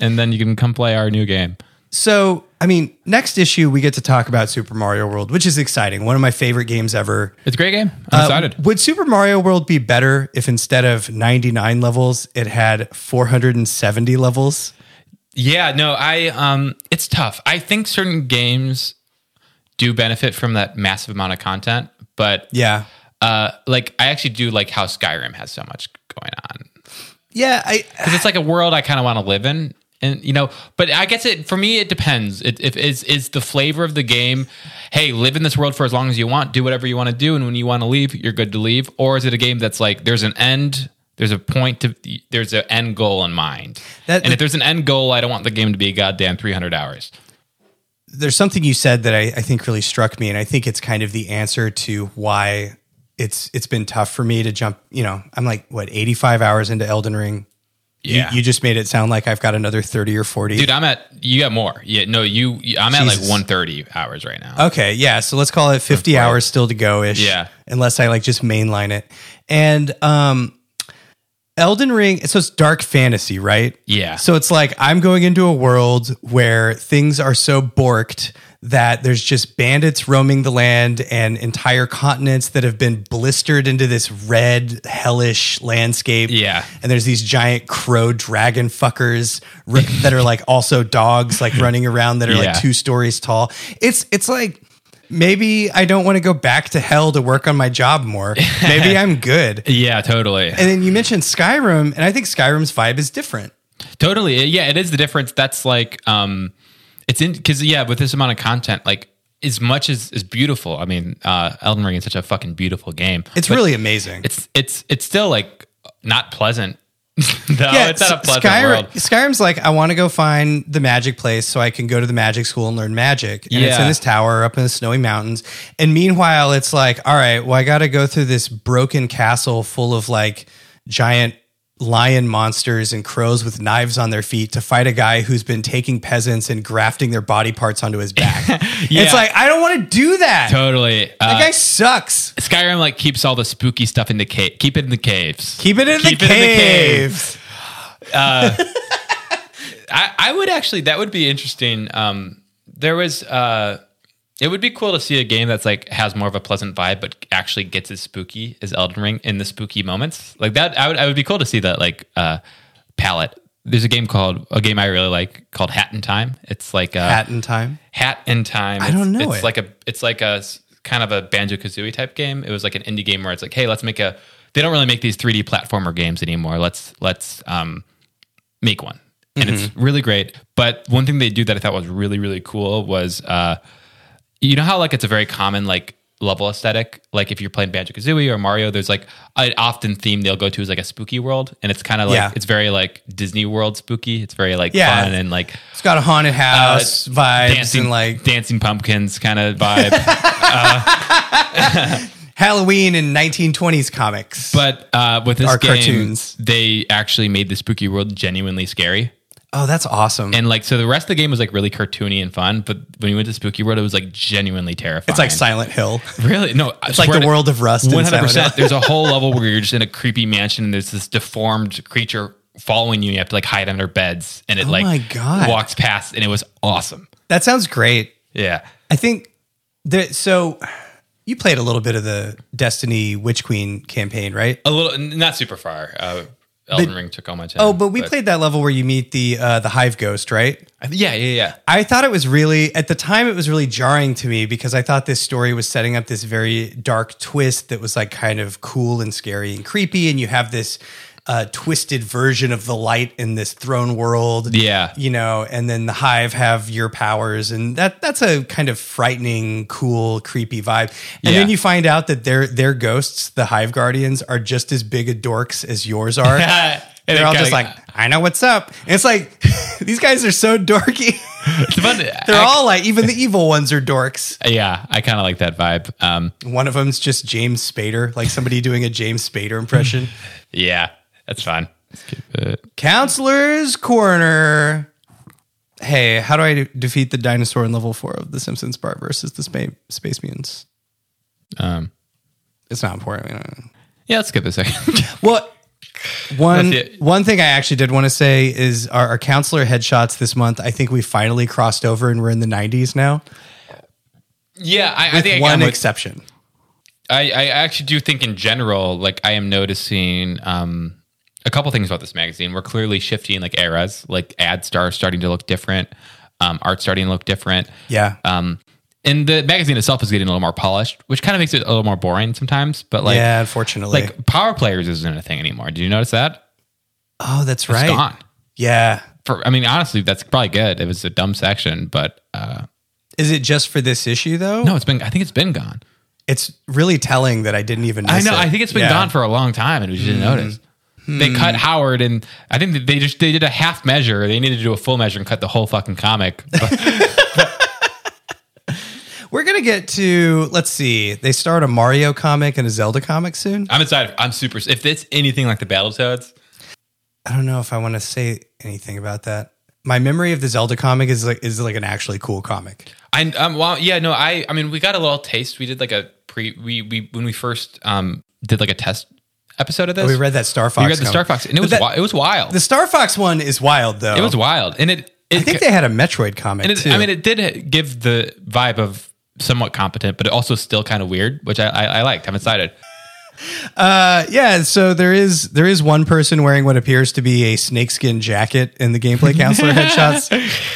A: and then you can come play our new game.
B: So, I mean, next issue we get to talk about Super Mario World, which is exciting. One of my favorite games ever.
A: It's a great game.
B: Uh,
A: I'm excited.
B: Would Super Mario World be better if instead of 99 levels, it had 470 levels?
A: Yeah, no, I um it's tough. I think certain games do benefit from that massive amount of content, but
B: Yeah.
A: uh like I actually do like how Skyrim has so much going on.
B: Yeah, I
A: Cuz it's like a world I kind of want to live in. And you know, but I guess it for me it depends. It if is is the flavor of the game, hey, live in this world for as long as you want, do whatever you want to do and when you want to leave, you're good to leave, or is it a game that's like there's an end there's a point to there's an end goal in mind.
B: That-
A: and if there's an end goal, I don't want the game to be a goddamn 300 hours.
B: there's something you said that I, I think really struck me, and I think it's kind of the answer to why it's it's been tough for me to jump. You know, I'm like what 85 hours into Elden Ring. You-
A: Yeah.
B: you, just made it sound like I've got another 30 or 40.
A: Dude, I'm at you got more. Yeah, no, you. I'm at like
B: Jesus.
A: 130 hours right now.
B: Okay, yeah. So let's call it 50 hours still to go ish.
A: Yeah.
B: Unless I like just mainline it. And um Elden Ring, so it's dark fantasy, right?
A: Yeah.
B: So it's like I'm going into a world where things are so borked that there's just bandits roaming the land and entire continents that have been blistered into this red, hellish landscape.
A: Yeah.
B: And there's these giant crow dragon fuckers r- that are like also dogs, like running around that are
A: Yeah.
B: like two stories tall. It's it's like maybe I don't want to go back to hell to work on my job more.
A: <laughs>
B: Maybe I'm good.
A: yeah, totally,
B: And then you mentioned Skyrim, and I think Skyrim's vibe is different.
A: totally. Yeah, it is the difference. That's like, um, it's in because yeah, with this amount of content, like as much as is beautiful. I mean, uh, Elden Ring is such a fucking beautiful game.
B: It's
A: But
B: really amazing.
A: it's it's it's still like not pleasant. <laughs> no, Oh, it's not a
B: S-
A: pleasant
B: Skyrim-
A: world.
B: Skyrim's like, I want to go find the magic place so I can go to the magic school and learn magic. And it's
A: Yeah.
B: in this tower up in the snowy mountains. And meanwhile, it's like, all right, well, I got to go through this broken castle full of like giant lion monsters and crows with knives on their feet to fight a guy who's been taking peasants and grafting their body parts onto his back.
A: <laughs>
B: It's like, I don't want to do that.
A: Totally.
B: That
A: Uh,
B: guy sucks.
A: Skyrim like keeps all the spooky stuff in the cave. Keep it in the caves.
B: Keep it in,
A: Keep
B: the,
A: it in the
B: caves.
A: I, I would actually that would be interesting. Um, there was uh, it would be cool to see a game that's like has more of a pleasant vibe, but actually gets as spooky as Elden Ring in the spooky moments. Like that, I would I would be cool to see that like uh, palette. There's a game called a game I really like called Hat in Time. It's like uh, a
B: Hat in time.
A: Hat in Time. I
B: don't know
A: It's
B: it.
A: like a it's like a s- kind of a Banjo Kazooie type game. It was like an indie game where it's like, hey, let's make a. They don't really make these 3D platformer games anymore. Let's let's um, make one, and it's
B: Mm-hmm.
A: really great. But one thing they do that I thought was really really cool was uh, you know how like it's a very common like level aesthetic like if you're playing banjo kazooie or mario there's like an often theme they'll go to is like a spooky world and it's kind of like
B: Yeah.
A: it's very like disney world spooky it's very like
B: Yeah.
A: fun and like
B: It's got a haunted house vibes
A: Uh, dancing
B: and like
A: dancing pumpkins kind of
B: <laughs>
A: vibe.
B: Halloween in 1920s comics.
A: but uh, with this
B: Or
A: game,
B: cartoons.
A: they actually made the spooky world genuinely scary.
B: oh, that's awesome.
A: And like, so the rest of the game was like really cartoony and fun. But when you went to spooky world, it was like genuinely terrifying.
B: it's like Silent Hill.
A: Really? No, it's
B: like the world of Rust in
A: One
B: Silent
A: hundred percent.
B: Hill.
A: There's a whole level where you're just
B: <laughs>
A: in a creepy mansion and there's this deformed creature following you. and You have to like hide under beds, and it like
B: Oh my God.
A: walks past, and it was awesome.
B: That sounds great.
A: Yeah.
B: I think that so you played a little bit of the Destiny Witch Queen campaign, right?
A: A little, not super far. Uh, Elden Ring took all my time.
B: Oh, but we played that level where you meet the uh, the Hive Ghost, right?
A: Yeah, yeah, yeah.
B: I thought it was really at the time it was really jarring to me because I thought this story was setting up this very dark twist that was like kind of cool and scary and creepy, and you have this uh, twisted version of the light in this throne world,
A: Yeah.
B: you know, and then the hive have your powers, and that that's a kind of frightening, cool, creepy vibe.
A: Yeah.
B: And then you find
A: <laughs>
B: out that their their ghosts, the hive guardians, are just as big a dorks as yours are.
A: And
B: They're
A: it
B: all
A: kinda-
B: just like, I know what's up. And it's like, <laughs> these guys are so dorky. <laughs>
A: <laughs> It's fun.
B: They're
A: I-
B: all like, even the evil ones are dorks.
A: yeah. I kind of like that vibe. Um,
B: One of them's just James Spader, like somebody doing a James
A: <laughs>
B: Spader impression.
A: yeah, that's fun.
B: Counselor's Corner. Hey, how do I de- defeat the dinosaur in level four of The Simpsons part versus the spa- Space Mutants?
A: Um,
B: It's not important. we don't-
A: yeah, let's skip a second.
B: Well, one
A: That's it.
B: one thing I actually did want to say is our, our counselor headshots this month. I think we finally crossed over and we're in the 90s now.
A: <laughs> yeah, I, I think
B: one
A: I, am
B: exception.
A: I, I actually do think in general, like I am noticing um, a couple things about this magazine. We're clearly shifting like eras, like ad stars starting to look different, um, art starting to look different.
B: Yeah.
A: Um, and the magazine itself is getting a little more polished, which kind of makes it a little more boring sometimes. But like,
B: yeah, unfortunately.
A: like power players isn't a thing anymore. Did you notice that?
B: oh, that's
A: It's
B: right.
A: gone.
B: Yeah.
A: For I mean, honestly, that's probably good. It was a dumb section, but uh,
B: Is it just for this issue though?
A: no, it's been. I think it's been gone.
B: It's really telling that I didn't even
A: I
B: miss
A: know.
B: it.
A: I think it's been
B: Yeah. Mm-hmm.
A: gone for a long time, and we just didn't notice. They cut Howard, and I think that they just they did a half measure. They needed to do a full measure and cut the whole fucking comic. <laughs> But
B: We're gonna get to let's see. They start a Mario comic and a Zelda comic soon.
A: I'm excited. I'm super. If it's anything like the Battletoads,
B: I don't know if I want to say anything about that. My memory of the Zelda comic is like is like an actually cool comic.
A: I um well yeah no I I mean we got a little taste. We did like a pre we we when we first um did like a test episode of this.
B: Oh, We read that Star Fox.
A: We read the
B: comic.
A: Star Fox, and it
B: But
A: was
B: that-
A: wi- it was wild.
B: The Star Fox one is wild though.
A: it was wild, and it, it
B: I think they had a Metroid comic
A: and it,
B: too.
A: I mean it did give the vibe of somewhat competent, but also still kind of weird, which I I, I liked. I'm excited.
B: Uh, yeah, so there is there is one person wearing what appears to be a snakeskin jacket in the gameplay counselor headshots.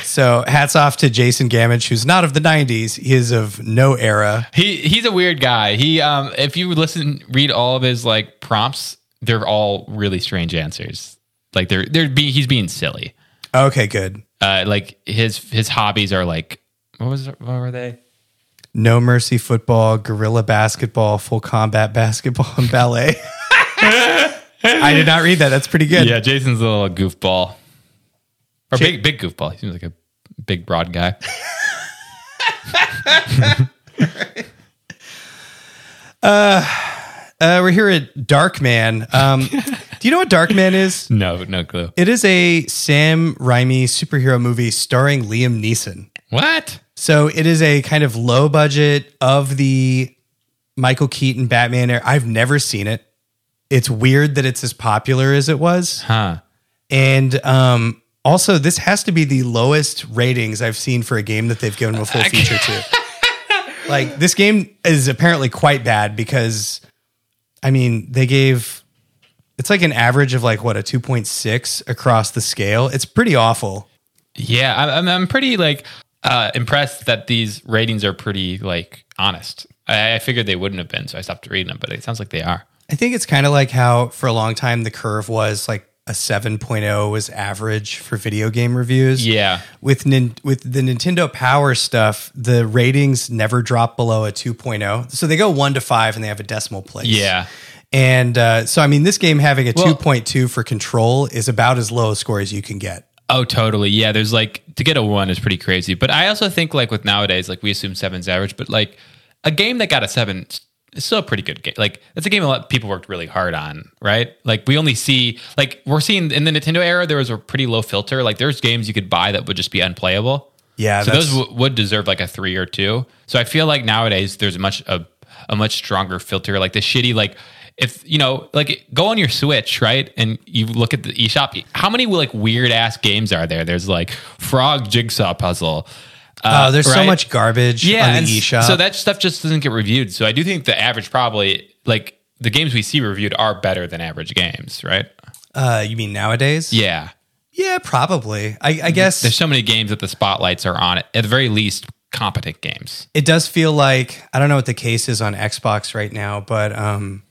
B: So hats off to Jason Gamage, who's not of the '90s; he is of no era.
A: He he's a weird guy. He um if you listen read all of his like prompts, they're all really strange answers. Like they're they're be, he's being silly.
B: Okay, good.
A: Uh like his his hobbies are like what was what were they?
B: No mercy football, gorilla basketball, full combat basketball, and ballet. I did not read that. That's pretty good.
A: Yeah, Jason's a little goofball. Or big big goofball. He seems like a big broad guy.
B: Uh, we're here at Darkman. Um, do you know what Darkman
A: <laughs>
B: is?
A: No, no clue.
B: It is a Sam Raimi superhero movie starring Liam Neeson.
A: What?
B: So it is a kind of low budget of the Michael Keaton Batman era. I've never seen it. It's weird that it's as popular as it was.
A: Huh.
B: And um, also, this has to be the lowest ratings I've seen for a game that they've given a full feature to. Like, this game is apparently quite bad because, I mean, they gave it's like an average of like what a 2.6 across the scale. It's pretty awful.
A: Yeah, I'm- I'm I'm pretty like uh impressed that these ratings are pretty like honest. I, I figured they wouldn't have been, so I stopped reading them, but it sounds like they are.
B: I think it's kind of like how for a long time the curve was like a 7.0 was average for video game reviews.
A: Yeah.
B: With nin- with the Nintendo Power stuff, the ratings never drop below a 2.0. So they go 1 to 5 and they have a decimal place.
A: Yeah.
B: And uh, so I mean this game having a 2.2 for control is about as low a score as you can get.
A: Oh, totally. Yeah. There's like to get a one is pretty crazy. But I also think like with nowadays, like we assume seven's average, but like a game that got a seven is still a pretty good game. Like it's a game a lot of people worked really hard on, right? Like we only see like we're seeing in the Nintendo era there was a pretty low filter. Like there's games you could buy that would just be unplayable.
B: Yeah,
A: So
B: that's-
A: those w- would deserve like a three or two. So I feel like nowadays there's much a a much stronger filter. Like the shitty like if you know like go on your Switch right and you look at the eShop. How many like weird ass games are there? There's like Frog Jigsaw Puzzle.
B: oh, there's so
A: uh, right.
B: much garbage
A: Yeah,
B: on
A: and
B: the
A: s-
B: eShop.
A: so that stuff just doesn't get reviewed. So I do think the average probably like the games we see reviewed are better than average games, right?
B: uh, you mean nowadays?
A: Yeah.
B: Yeah, probably. I, I guess
A: There's so many games that the spotlights are on it. At the very least, competent games.
B: it does feel like I don't know what the case is on Xbox right now, but um,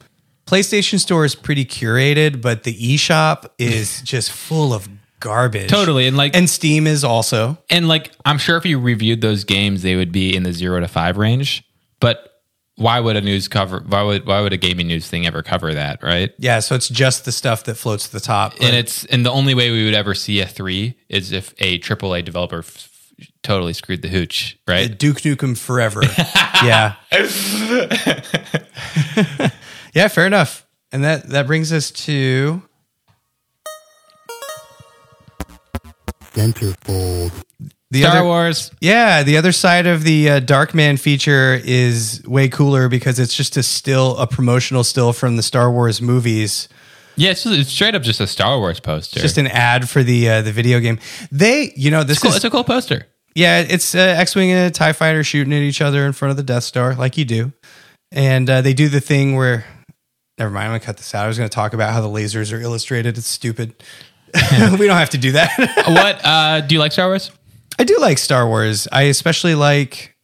B: PlayStation Store is pretty curated, but the eShop
A: <laughs>
B: is just full of garbage.
A: Totally, and like-
B: and Steam is also.
A: And like, I'm sure if you reviewed those games, they would be in the zero to five range. But why would a news cover? Why would why would a gaming news thing ever cover that? Right?
B: Yeah, so it's just the stuff that floats to the top.
A: And it's and the only way we would ever see a three is if a AAA developer f- totally screwed the hooch. Right?
B: Duke Nukem
A: <laughs>
B: Forever. yeah. <laughs> yeah, fair enough. And that that brings us to
C: Centerfold,
B: the
A: Star
B: other
A: Wars.
B: Yeah, the other side of the uh, Darkman feature is way cooler because it's just a still a promotional still from the Star Wars movies.
A: Yeah, it's, just, it's straight up just a Star Wars poster.
B: Just an ad for the uh, the video game. They, you know, this
A: cool,
B: is
A: it's a cool poster.
B: yeah, it's uh, X-wing and a Tie fighter shooting at each other in front of the Death Star, like you do. And uh, they do the thing where, never mind, I'm gonna cut this out. I was gonna talk about how the lasers are illustrated. It's stupid. <laughs> we don't have to do that. <laughs>
A: what uh, do you like Star Wars?
B: I do like Star Wars. I especially like.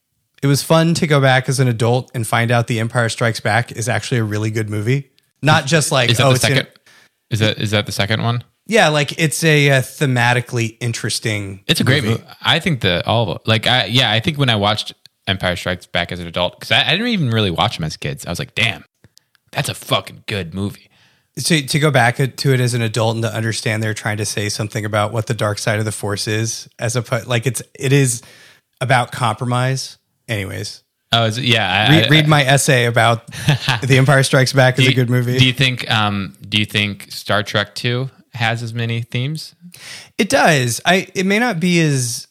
B: It was fun to go back as an adult and find out The Empire Strikes Back is actually a really good movie. Not just like
A: Is that
B: oh,
A: the
B: it's in-
A: second? Is that is that the second one?
B: yeah, like it's a uh, thematically interesting.
A: It's a great movie. I think the all of like I yeah I think when I watched Empire Strikes Back as an adult because I, I didn't even really watch them as kids. I was like, damn, that's a fucking good movie.
B: to, to go back to it as an adult and to understand they're trying to say something about what the dark side of the force is as a like it's it is about compromise anyways
A: Oh is it- yeah, I,
B: read,
A: I-
B: read my essay
A: <laughs>
B: about the empire strikes back is
A: do
B: a good
A: you-
B: movie
A: Do you think um do you think Star Trek Two has as many themes?
B: it does i it may not be as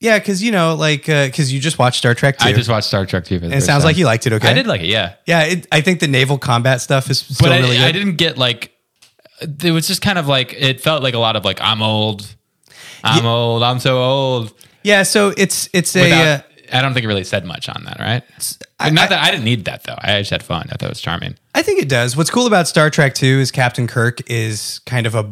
B: yeah because you know like because you just watched star trek 2
A: I just watched Star Trek Two. For the
B: and it
A: first
B: sounds
A: time.
B: like you liked it okay
A: I did like it. Yeah,
B: yeah it, i think the naval combat stuff is still
A: but I,
B: really good
A: I didn't get like it was just kind of like it felt like a lot of like I'm old, I'm old, I'm so old.
B: yeah so it's it's a
A: without-
B: uh,
A: I don't think it really said much on that, right? Not that I didn't need that though. I just had fun. I thought it was charming.
B: I think it does. What's cool about Star Trek 2 is Captain Kirk is kind of a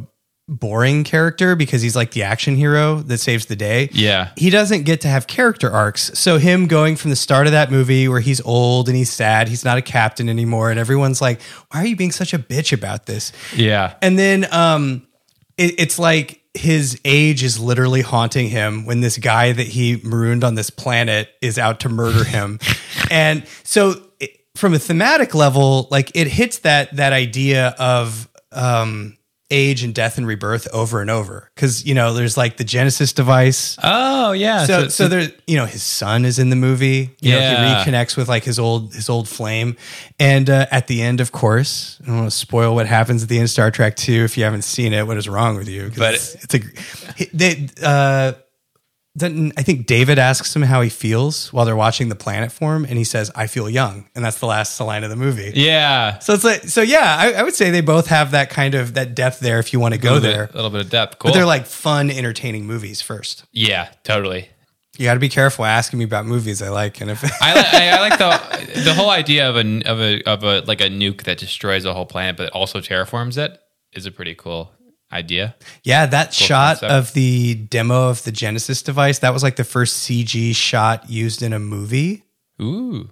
B: boring character because he's like the action hero that saves the day.
A: Yeah.
B: He doesn't get to have character arcs. So him going from the start of that movie where he's old and he's sad, he's not a captain anymore and everyone's like, "Why are you being such a bitch about this?"
A: Yeah.
B: And then um it, it's like his age is literally haunting him when this guy that he marooned on this planet is out to murder him. and so it, from a thematic level, like it hits that that idea of um age and death and rebirth over and over cuz you know there's like the Genesis device
A: Oh yeah.
B: so, so, there, you know, his son is in the movie. You know,
A: Yeah.
B: he reconnects with like his old his old flame, and uh, at the end, of course, I don't want to spoil what happens at the end of Star Trek Two. If you haven't seen it, what is wrong with you? 'Cause
A: But-
B: it's, it's a he- they. Uh, then I think David asks him how he feels while they're watching the planet form, and he says, "I feel young," and that's the last line of the movie.
A: yeah.
B: So it's like, so yeah, I, I would say they both have that kind of that depth there if you want to go
A: a little
B: there.
A: bit, a little bit of depth. Cool.
B: But they're like fun, entertaining movies first
A: yeah, totally.
B: you got to be careful asking me about movies I like, and if
A: I, li- I, I like
B: <laughs>
A: the the whole idea of a of a of a like a nuke that destroys a whole planet but also terraforms it is a pretty cool idea.
B: yeah, that shot
A: concept.
B: of the demo of the Genesis device that was like the first CG shot used in a movie.
A: Ooh.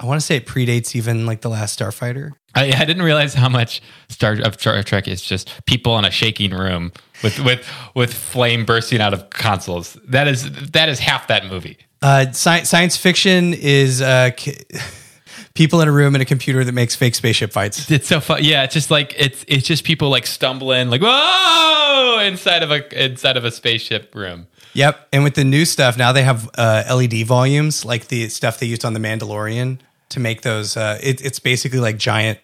B: I want to say it predates even like the last Starfighter.
A: I, I didn't realize how much Star of Star Trek is just people in a shaking room with with with flame bursting out of consoles. That is that is half that movie.
B: Uh, sci- science fiction is uh, ki- <laughs> people in a room and a computer that makes fake spaceship fights.
A: It's so fun. Yeah, it's just like it's it's just people like stumbling like whoa inside of a inside of a spaceship room.
B: Yep, and with the new stuff now they have uh, LED volumes like the stuff they used on the Mandalorian to make those. Uh, it, it's basically like giant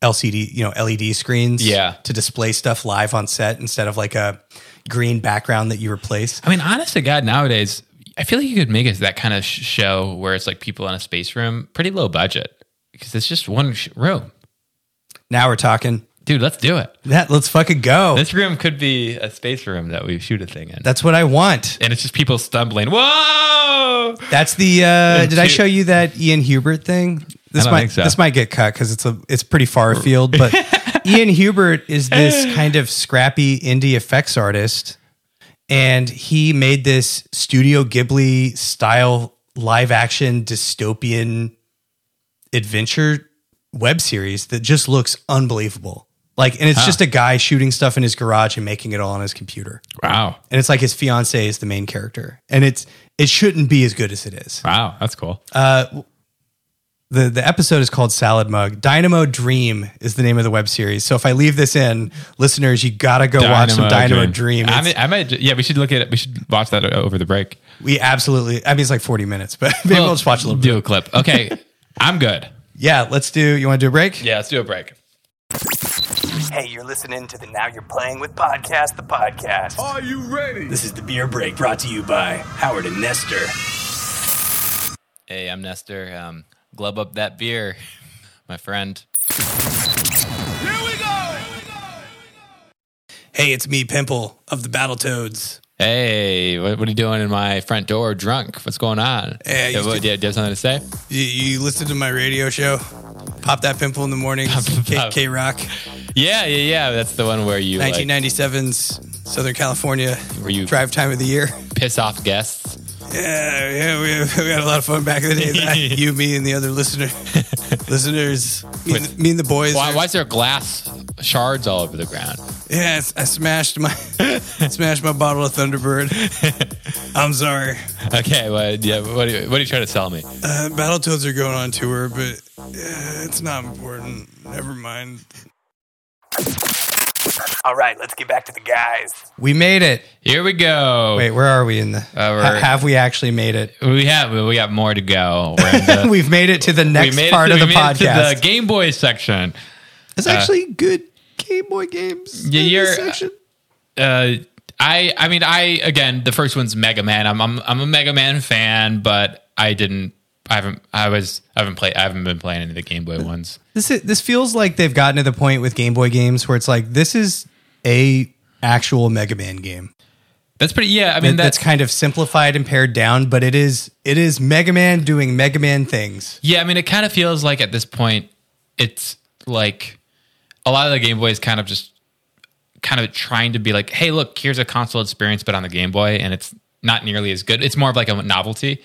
B: LCD, you know, LED screens.
A: Yeah.
B: to display stuff live on set instead of like a green background that you replace.
A: I mean, honest to God, nowadays I feel like you could make it that kind of sh- show where it's like people in a space room, pretty low budget because it's just one sh- room.
B: Now we're talking.
A: Dude, let's do it.
B: That let's fucking go.
A: This room could be a space room that we shoot a thing in.
B: That's what I want.
A: and it's just people stumbling. Whoa!
B: That's
A: <laughs>
B: the. Uh, did I
A: two-
B: show you that Ian Hubert thing? This
A: don't
B: might
A: think so.
B: this might get cut because it's a it's pretty
A: <laughs>
B: far afield. But Ian Hubert is this kind of scrappy indie effects artist, and he made this Studio Ghibli style live action dystopian adventure web series that just looks unbelievable. Like, and it's just a guy shooting stuff in his garage and making it all on his computer.
A: Wow,
B: And it's like his fiance is the main character, and it's it shouldn't be as good as it is.
A: wow, that's cool.
D: the the episode is called Salad Mug. Dynamo Dream is the name of the web series. So if I leave this in, listeners, you gotta go watch some Dynamo Dream.
A: I,
D: It's-
A: mean, I might. ju- Yeah, we should look at it. We should watch that over the break.
D: we absolutely. I mean, it's like forty minutes, but <laughs> maybe we'll just watch a little bit.
A: Do a clip.
D: <laughs>
A: Okay, I'm good.
D: Yeah, let's do. You want to do a break?
A: Yeah, let's do a break.
B: Hey, you're listening to the Now You're Playing with Podcast, the podcast. Are you ready? This is the beer break brought to you by Howard and Nestor.
A: Hey, I'm Nestor. Um, glove up that beer, my friend.
D: Hey, it's me, Pimple of the Battletoads.
A: Hey, what, what are you doing in my front door drunk? What's going on?
D: Hey, you
A: what,
D: should-
A: do you do you have something to say?
D: You, you listen to my radio show. Pop that pimple in the morning.
A: pop.
D: K Rock,
A: Yeah, yeah, yeah. That's the one where you like,
D: 1997's Southern California
A: Were you-
D: drive time of
A: <laughs>
D: the year.
A: piss off guests.
D: Yeah, yeah, we, we had a lot of fun back in the day.
A: <laughs>
D: That, you, me, and the other listener, listeners, me, and- me and the boys.
A: Why, why is there glass shards all over the ground?
D: Yeah, I s- I
A: <laughs>
D: smashed my smashed my bottle of Thunderbird.
A: <laughs>
D: I'm sorry.
A: Okay, well, yeah. What are, you, what are you trying to sell me?
D: Uh, Battletoads are going on tour, but uh, it's not important. Never mind.
B: All right, let's get back to the guys.
D: We made it.
A: Here we go.
D: Wait, where are we in the?
A: Uh, we're-
D: ha- have we actually made it?
A: We have we got more to go. We're in the-
D: We've made it to the <laughs> next
A: made it
D: part
A: to-
D: of the
A: Uh, we made it to
D: podcast.
A: the Game Boy section.
D: it's actually good Game Boy games.
A: Yeah,
D: in this
A: you're-
D: section.
A: Uh, I I mean I again the first one's Mega Man. I'm I'm I'm a Mega Man fan, but I didn't. I haven't. I was. I haven't played. I haven't been playing any of the Game Boy ones.
D: This is, this feels like they've gotten to the point with Game Boy games where it's like this is a actual Mega Man game.
A: That's pretty. Yeah, I mean
D: And
A: that's
D: that's kind of simplified and pared down, but it is it is Mega Man doing Mega Man things.
A: Yeah, I mean, it kind of feels like at this point, it's like a lot of the Game Boy is kind of just kind of trying to be like, hey, look, here's a console experience, but on the Game Boy, and it's not nearly as good. It's more of like a novelty.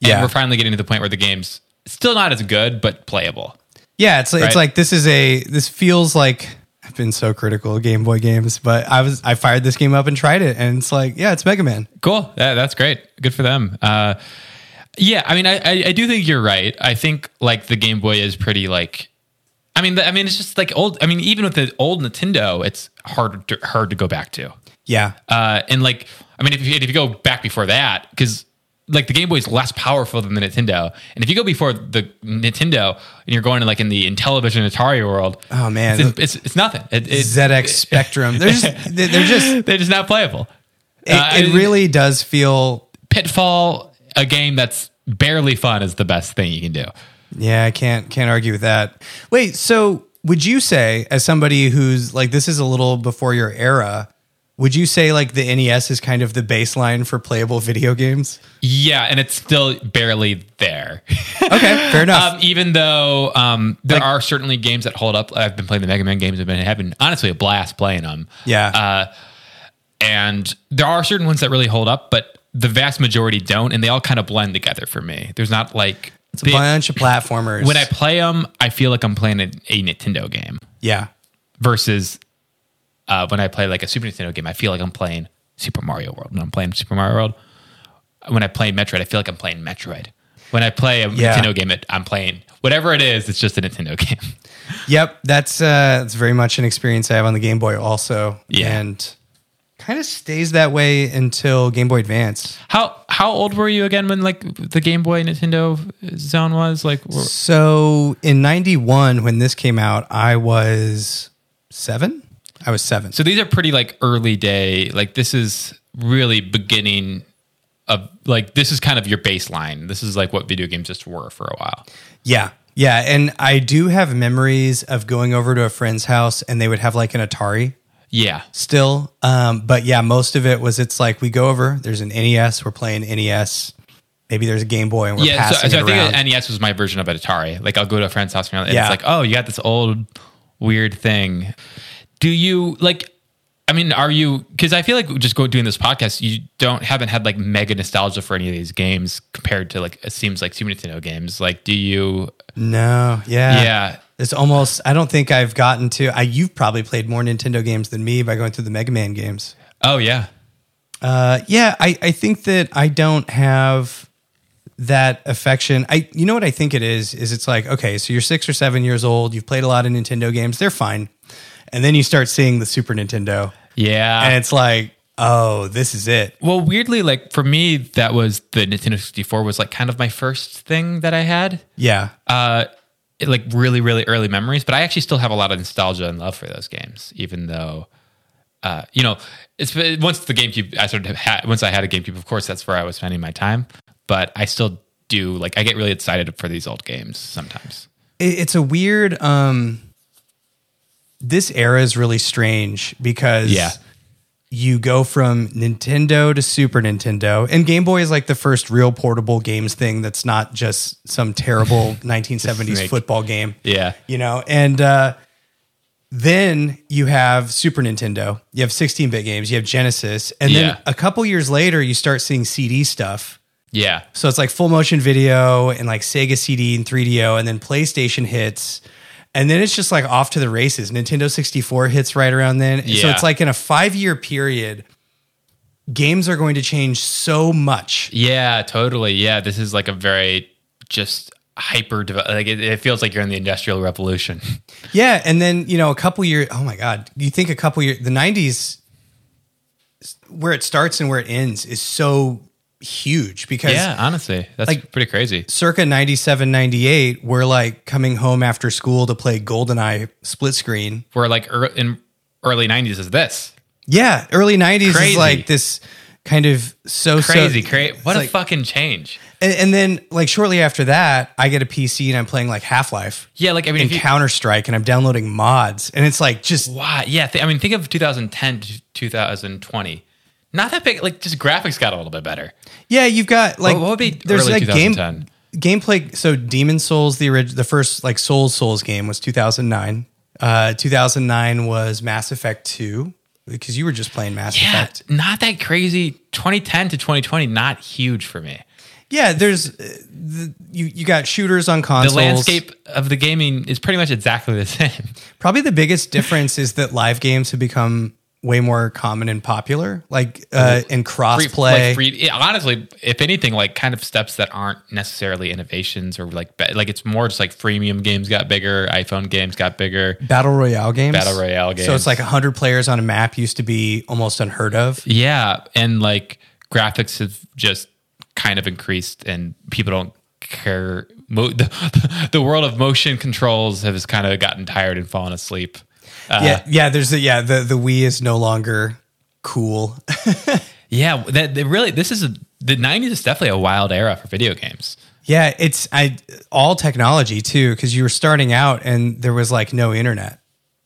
A: And
D: Yeah.
A: we're finally getting to the point where the game's still not as good, but playable.
D: Yeah, it's like
A: Right.
D: it's like this is a this feels like I've been so critical of Game Boy games, but I was I fired this game up and tried it, and it's like yeah, it's Mega Man.
A: Cool. Yeah, that's great. Good for them. Uh, yeah, I mean, I, I, I do think you're right. I think like the Game Boy is pretty like. I mean, the- I mean, it's just like old. I mean, even with the old Nintendo, it's hard to, hard to go back to.
D: Yeah,
A: uh, and like I mean, if you, if you go back before that, because like the Game Boy is less powerful than the Nintendo, and if you go before the Nintendo and you're going to like in the Intellivision Atari world,
D: Oh, man.
A: it's it's, it's nothing. It, it, <laughs>
D: ZX Spectrum. They're just they're they're just it,
A: they're just not playable. Uh,
D: it really does feel.
A: Pitfall, a game that's barely fun, is the best thing you can do.
D: Yeah, I can't can't argue with that. Wait, so would you say as somebody who's like this is a little before your era? Would you say like the NES is kind of the baseline for playable video games?
A: Yeah, and it's still barely there.
D: Okay, fair
A: <laughs>
D: enough.
A: Um, even though um, there
D: Like-
A: are certainly games that hold up. I've been playing the Mega Man games. I've been having honestly a blast playing them.
D: Yeah.
A: Uh, and there are certain ones that really hold up, but the vast majority don't, and they all kind of blend together for me. There's not like
D: it's a
A: they-
D: bunch of platformers.
A: when I play them, I feel like I'm playing a, a Nintendo game
D: yeah,
A: versus uh, when I play like a Super Nintendo game, I feel like I'm playing Super Mario World. When I'm playing Super Mario World, when I play Metroid, I feel like I'm playing Metroid. When I play a
D: Yeah.
A: Nintendo game, it, I'm playing whatever it is. It's just a Nintendo <laughs> game.
D: yep, that's uh, that's very much an experience I have on the Game Boy also.
A: Yeah.
D: and kind of stays that way until Game Boy Advance.
A: How how old were you again when like the Game Boy Nintendo zone was like? were-
D: So in '91, when this came out, I was seven. I was seven.
A: So these are pretty like early day. Like this is really beginning of like this is kind of your baseline. This is like what video games just were for a while.
D: Yeah. Yeah. And I do have memories of going over to a friend's house and they would have like an Atari
A: Yeah,
D: still. Um, but yeah, most of it was it's like we go over, there's an NES, we're playing NES. Maybe there's a Game Boy and we're
A: yeah. So,
D: passing
A: so I
D: it around.
A: think NES was my version of Atari. Like I'll go to a friend's house and it's
D: Yeah.
A: like, oh, you got this old weird thing. Do you like? I mean, are you? Because I feel like just go doing this podcast, you don't haven't had like mega nostalgia for any of these games compared to like it seems like Super Nintendo games. Like, do you?
D: no. Yeah.
A: Yeah.
D: It's almost, I don't think I've gotten to, I, you've probably played more Nintendo games than me by going through the Mega Man games.
A: Oh yeah.
D: Uh, yeah, I, I think that I don't have
B: that affection. I you know what I think it is is it's like okay, so you're 6 or 7 years old, you've played a lot of Nintendo games, they're fine. And then you start seeing the Super Nintendo
A: Yeah.
B: and it's like, "Oh, this is it."
A: Well, weirdly, like for me, that was the Nintendo 64 was like kind of my first thing that I had.
B: Yeah.
A: Uh, it- like really, really early memories, but I actually still have a lot of nostalgia and love for those games, even though, uh, you know, it's once the GameCube, I sort of had, once I had a GameCube, of course, that's where I was spending my time, but I still do, like, I get really excited for these old games sometimes.
B: it, it's a weird um this era is really strange because
A: Yeah.
B: you go from Nintendo to Super Nintendo and Game Boy is like the first real portable games thing that's not just
A: <laughs>
B: some terrible 1970s
A: make-
B: football game.
A: Yeah.
B: You know, and uh then you have Super Nintendo, you have 16-bit games, you have Genesis, and
A: Yeah.
B: then a couple years later you start seeing CD stuff.
A: Yeah.
B: So it's like full motion video and like Sega CD and 3DO, and then PlayStation hits. And then it's just like off to the races. Nintendo 64 hits right around then. So
A: Yeah.
B: it's like in a five year period, games are going to change so much.
A: Yeah, totally. Yeah, this is like a very just hyper develop. Like it, it feels like you're in the industrial
B: <laughs>
A: revolution.
B: Yeah. And then, you know, a couple years, oh my God, you think a couple years, the 90s, where it starts and where it ends is so huge because
A: yeah, honestly, that's
B: like-
A: pretty crazy.
B: circa 97, 98, we're like coming home after school to play GoldenEye split screen.
A: We're like ear in early '90s is this
B: Yeah, early '90s is
A: Crazy.
B: like this kind of so
A: crazy?
B: So,
A: cra- what a
B: like-
A: fucking change.
B: and, and then like shortly after that, I get a PC and I'm playing like Half Life
A: Yeah, like I mean,
B: and
A: if you,
B: Counter Strike, and I'm downloading mods, and it's like just
A: wow. Yeah, th- I mean, think of 2010 to 2020. Not that big. Like just graphics got a little bit better.
B: yeah, you've got like
A: What- what would be early 2010?
B: gameplay. So Demon Souls, the orig- the first like Souls Souls game was 2009. Uh, 2009 was Mass Effect 2 because you were just playing Mass
A: Yeah,
B: Effect.
A: not that crazy. 2010 to 2020, not huge for me.
B: Yeah, there's uh, the, you you got shooters on
A: The
B: consoles.
A: landscape of the gaming is pretty much exactly the <laughs> same.
B: Probably the biggest difference is that live games have become way more common and popular, like uh, and cross
A: free,
B: play.
A: Like free, yeah, honestly, if anything, like kind of steps that aren't necessarily innovations or like be- like it's more just like freemium games got bigger, iPhone games got bigger.
B: Battle Royale games.
A: Battle Royale
B: So
A: games.
B: it's like 100 players on a map used to be almost unheard of.
A: Yeah, and like graphics have just kind of increased, and people don't care. Mo- <laughs> the, the world of motion controls has kind of gotten tired and fallen asleep. Uh,
B: yeah, yeah, there's the, yeah, the the Wii is no longer cool.
A: yeah. That, that really, this is a, the '90s is definitely a wild era for video games.
B: yeah, it's I all technology too cuz you were starting out and there was like no internet.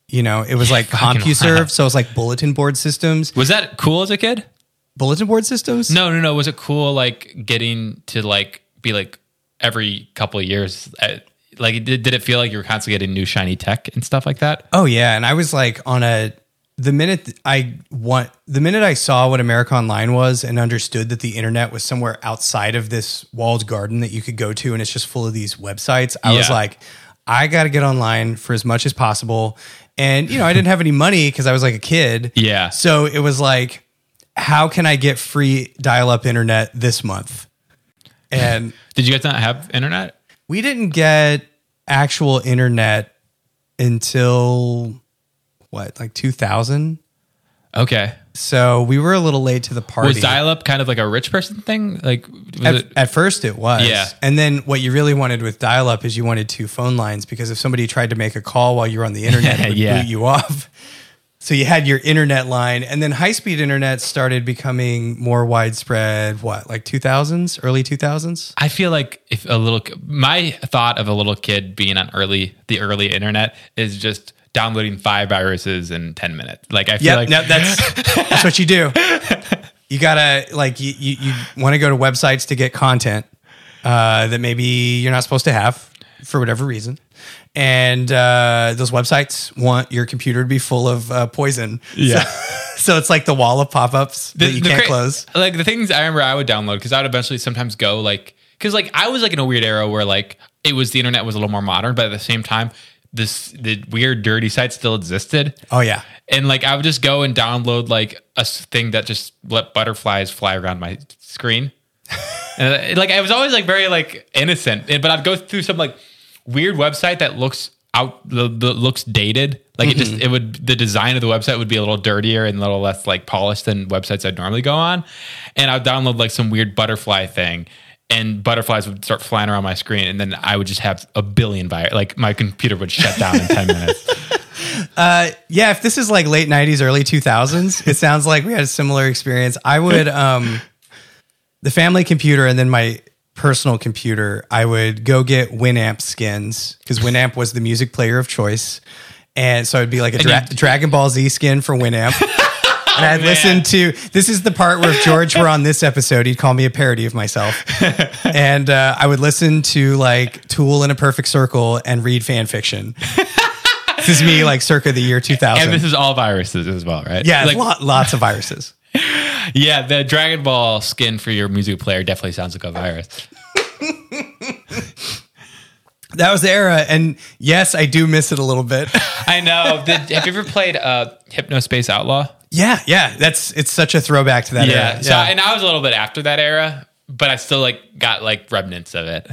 B: You know, it was like
A: Fucking
B: CompuServe,
A: wild.
B: so it was like bulletin board systems.
A: Was that cool as a kid?
B: Bulletin board systems?
A: No, no, no. Was it cool? Like getting to like be like every couple of years. uh, Like, did, did it feel like you were constantly getting new shiny tech and stuff like that?
B: Oh yeah, and I was like on a the minute th- I want the minute I saw what America Online was and understood that the internet was somewhere outside of this walled garden that you could go to and it's just full of these websites, I was
A: Yeah.
B: like, I got to get online for as much as possible. And you know, I didn't have any money because I was like a kid.
A: Yeah.
B: So it was like, how can I get free dial-up internet this month? And
A: Did you guys not have internet?
B: we didn't get actual internet until what, like 2000?
A: Okay.
B: So we were a little late to the party.
A: Was dial up kind of like a rich person thing? Like, was
B: at,
A: it,
B: at first it was.
A: Yeah.
B: And then what you really wanted with dial up is you wanted two phone lines because if somebody tried to make a call while you were
A: <laughs>
B: on the internet, it would
A: Yeah.
B: boot you off. So you had your internet line and then high speed internet started becoming more widespread, what, like 2000s, early 2000s?
A: I feel like if a little, my thought of a little kid being on early, the early internet is just downloading five viruses in 10 minutes. Like, I feel
B: Yeah,
A: like, <laughs>
B: no, that's
A: <gasps>
B: that's what you do. <laughs> You gotta like you you, you want to go to websites to get content uh, that maybe you're not supposed to have for whatever reason, and uh, those websites want your computer to be full of uh, poison.
A: Yeah.
B: <laughs> so, so it's like the wall of pop-ups that you can't
A: cra-
B: close.
A: Like the things I remember I would download because I would eventually sometimes go like because like I was like in a weird era where like it was the internet was a little more modern, but at the same time this the weird dirty sites still existed.
B: Oh yeah,
A: And like I would just go and download like a s- thing that just let butterflies fly around my screen. And, uh, like I was always like very like innocent, and, but I'd go through some like weird website that looks out the, the looks dated. Like it just it would the design of the website would be a little dirtier and a little less like polished than websites I'd normally go on. And I'd download like some weird butterfly thing. And butterflies would start flying around my screen, and then I would just have a billion by like my computer would shut down in ten minutes.
D: Yeah, if this is like late '90s, early 2000s, it sounds like we had a similar experience. I would um, the family computer and then my personal computer. I would go get Winamp skins because Winamp was the music player of choice, and so it'd be like a dra-
A: you-
D: Dragon Ball Z skin for Winamp. And I'd listen to this is the part where if George were on this episode, he'd call me a parody of myself. and uh, I would listen to like Tool in a Perfect Circle and read fan
A: <laughs>
D: fiction. this is me like circa the year 2000.
A: And this is all viruses as well, right?
D: Yeah,
A: like,
D: lot, lots of viruses.
A: yeah. The Dragon Ball skin for your music player definitely sounds like a virus.
D: That was the era, and yes, I do miss it a
A: <laughs>
D: little bit.
A: I know. The, have you ever played uh, Hypno Space Outlaw?
D: yeah, yeah, that's it's such a throwback to that era.
A: So, and I was a little bit after that era, but I still like got like remnants of it.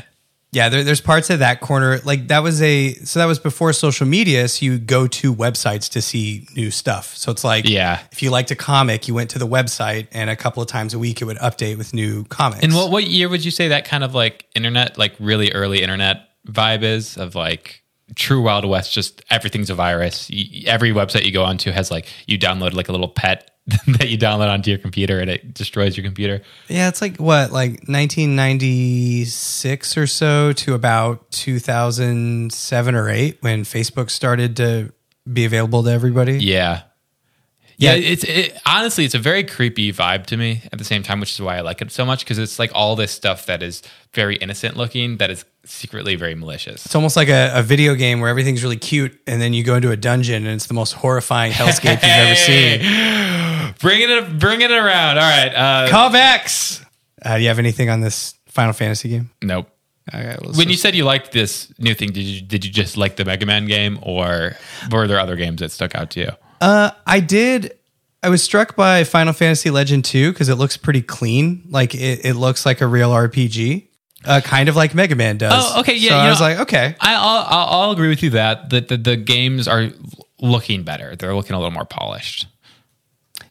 D: yeah there, there's parts of that corner like that was a so that was before social media. So you go to websites to see new stuff. So it's like
A: Yeah.
D: if you liked a comic, you went to the website, and a couple of times a week it would update with new comics.
A: And what what year would you say that kind of like internet, like really early internet vibe is of like true Wild West? Just everything's a virus. Y every website you go onto has like you download like a little pet <laughs> that you download onto your computer and it destroys your computer.
D: Yeah, it's like what, like 1996 or so to about 2007 or 8 when Facebook started to be available to everybody.
A: Yeah. Yeah,
D: Yeah.
A: it's it, honestly, it's a very creepy vibe to me at the same time, which is why I like it so much because it's like all this stuff that is very innocent looking that is secretly very malicious.
D: It's almost like a, a video game where everything's really cute and then you go into a dungeon and it's the most horrifying hellscape you've ever seen.
A: Bring it, bring it around. All right. Uh,
D: Covex! Uh, do you have anything on this Final Fantasy game?
A: nope.
D: Okay, let's
A: When you
D: just-
A: said you liked this new thing, did you did you just like the Mega Man game, or were there other games that stuck out to you?
D: I did. I was struck by Final Fantasy Legend 2 because it looks pretty clean. Like it, it looks like a real RPG, uh, kind of like Mega Man does.
A: Oh, okay, yeah,
D: So
A: you
D: I
A: know-
D: was like, okay.
A: I, I'll, I'll, I'll agree with you that that the, the games are looking better. They're looking a little more polished.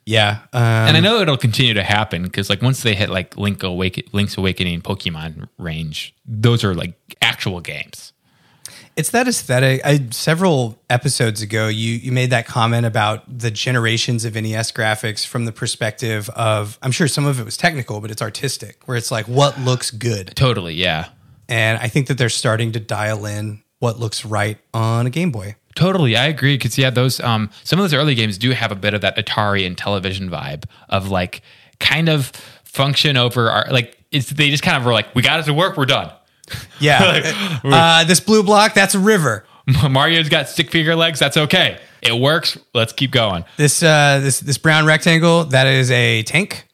D: Yeah. Um,
A: And I know it'll continue to happen because, like, once they hit like Link Awake, Link's Awakening, Pokemon range, those are like actual games.
D: it's that aesthetic. I, several episodes ago, you, you made that comment about the generations of NES graphics from the perspective of, I'm sure some of it was technical, but it's artistic, where it's like, what looks good?
A: Totally, yeah,
D: And I think that they're starting to dial in what looks right on a Game Boy.
A: totally. I agree because yeah, those um, some of those early games do have a bit of that Atari and television vibe of like kind of function over our like. It's they just kind of were like, we got it to work, we're done. <laughs>
D: Yeah. uh, this blue block, that's a river.
A: Mario's got stick figure legs, that's okay. It works. Let's keep going.
D: This uh, this this brown rectangle that is a tank.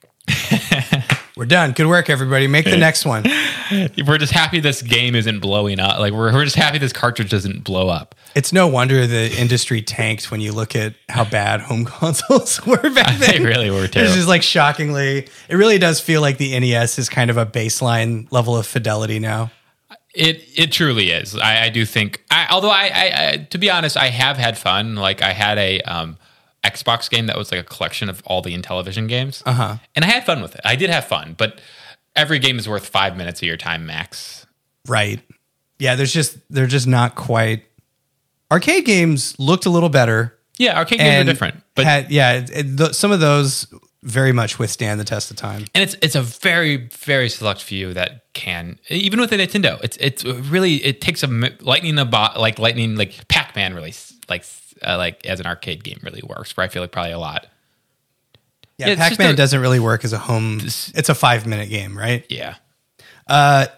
D: We're done. Good work, everybody. Make the next one.
A: We're just happy this game isn't blowing up. Like we're we're just happy this cartridge doesn't blow up.
D: It's no wonder the industry tanked when you look at how bad home <laughs> consoles were back
A: They
D: then.
A: really were terrible.
D: This is like shockingly. It really does feel like the NES is kind of a baseline level of fidelity now.
A: It it truly is. I, I do think. I, although I, I, I, to be honest, I have had fun. Like I had a um, Xbox game that was like a collection of all the Intellivision games, uh-huh. and I had fun with it. I did have fun, but every game is worth five minutes of your time max.
D: Right. Yeah. There's just they're just not quite. Arcade games looked a little better.
A: Yeah, arcade games are different, but
D: had- yeah, it- it- th- some of those very much withstand the test of time.
A: and it's it's a very very select few that can even with a Nintendo. It's it's really it takes a mi- lightning a bot like lightning like Pac Man really s- like s- uh, like as an arcade game really works. Where I feel like probably a lot.
D: Yeah,
A: Yeah, it's just
D: Pac-Man
A: a-
D: doesn't really work as a home. It's a five-minute game, right?
A: Yeah.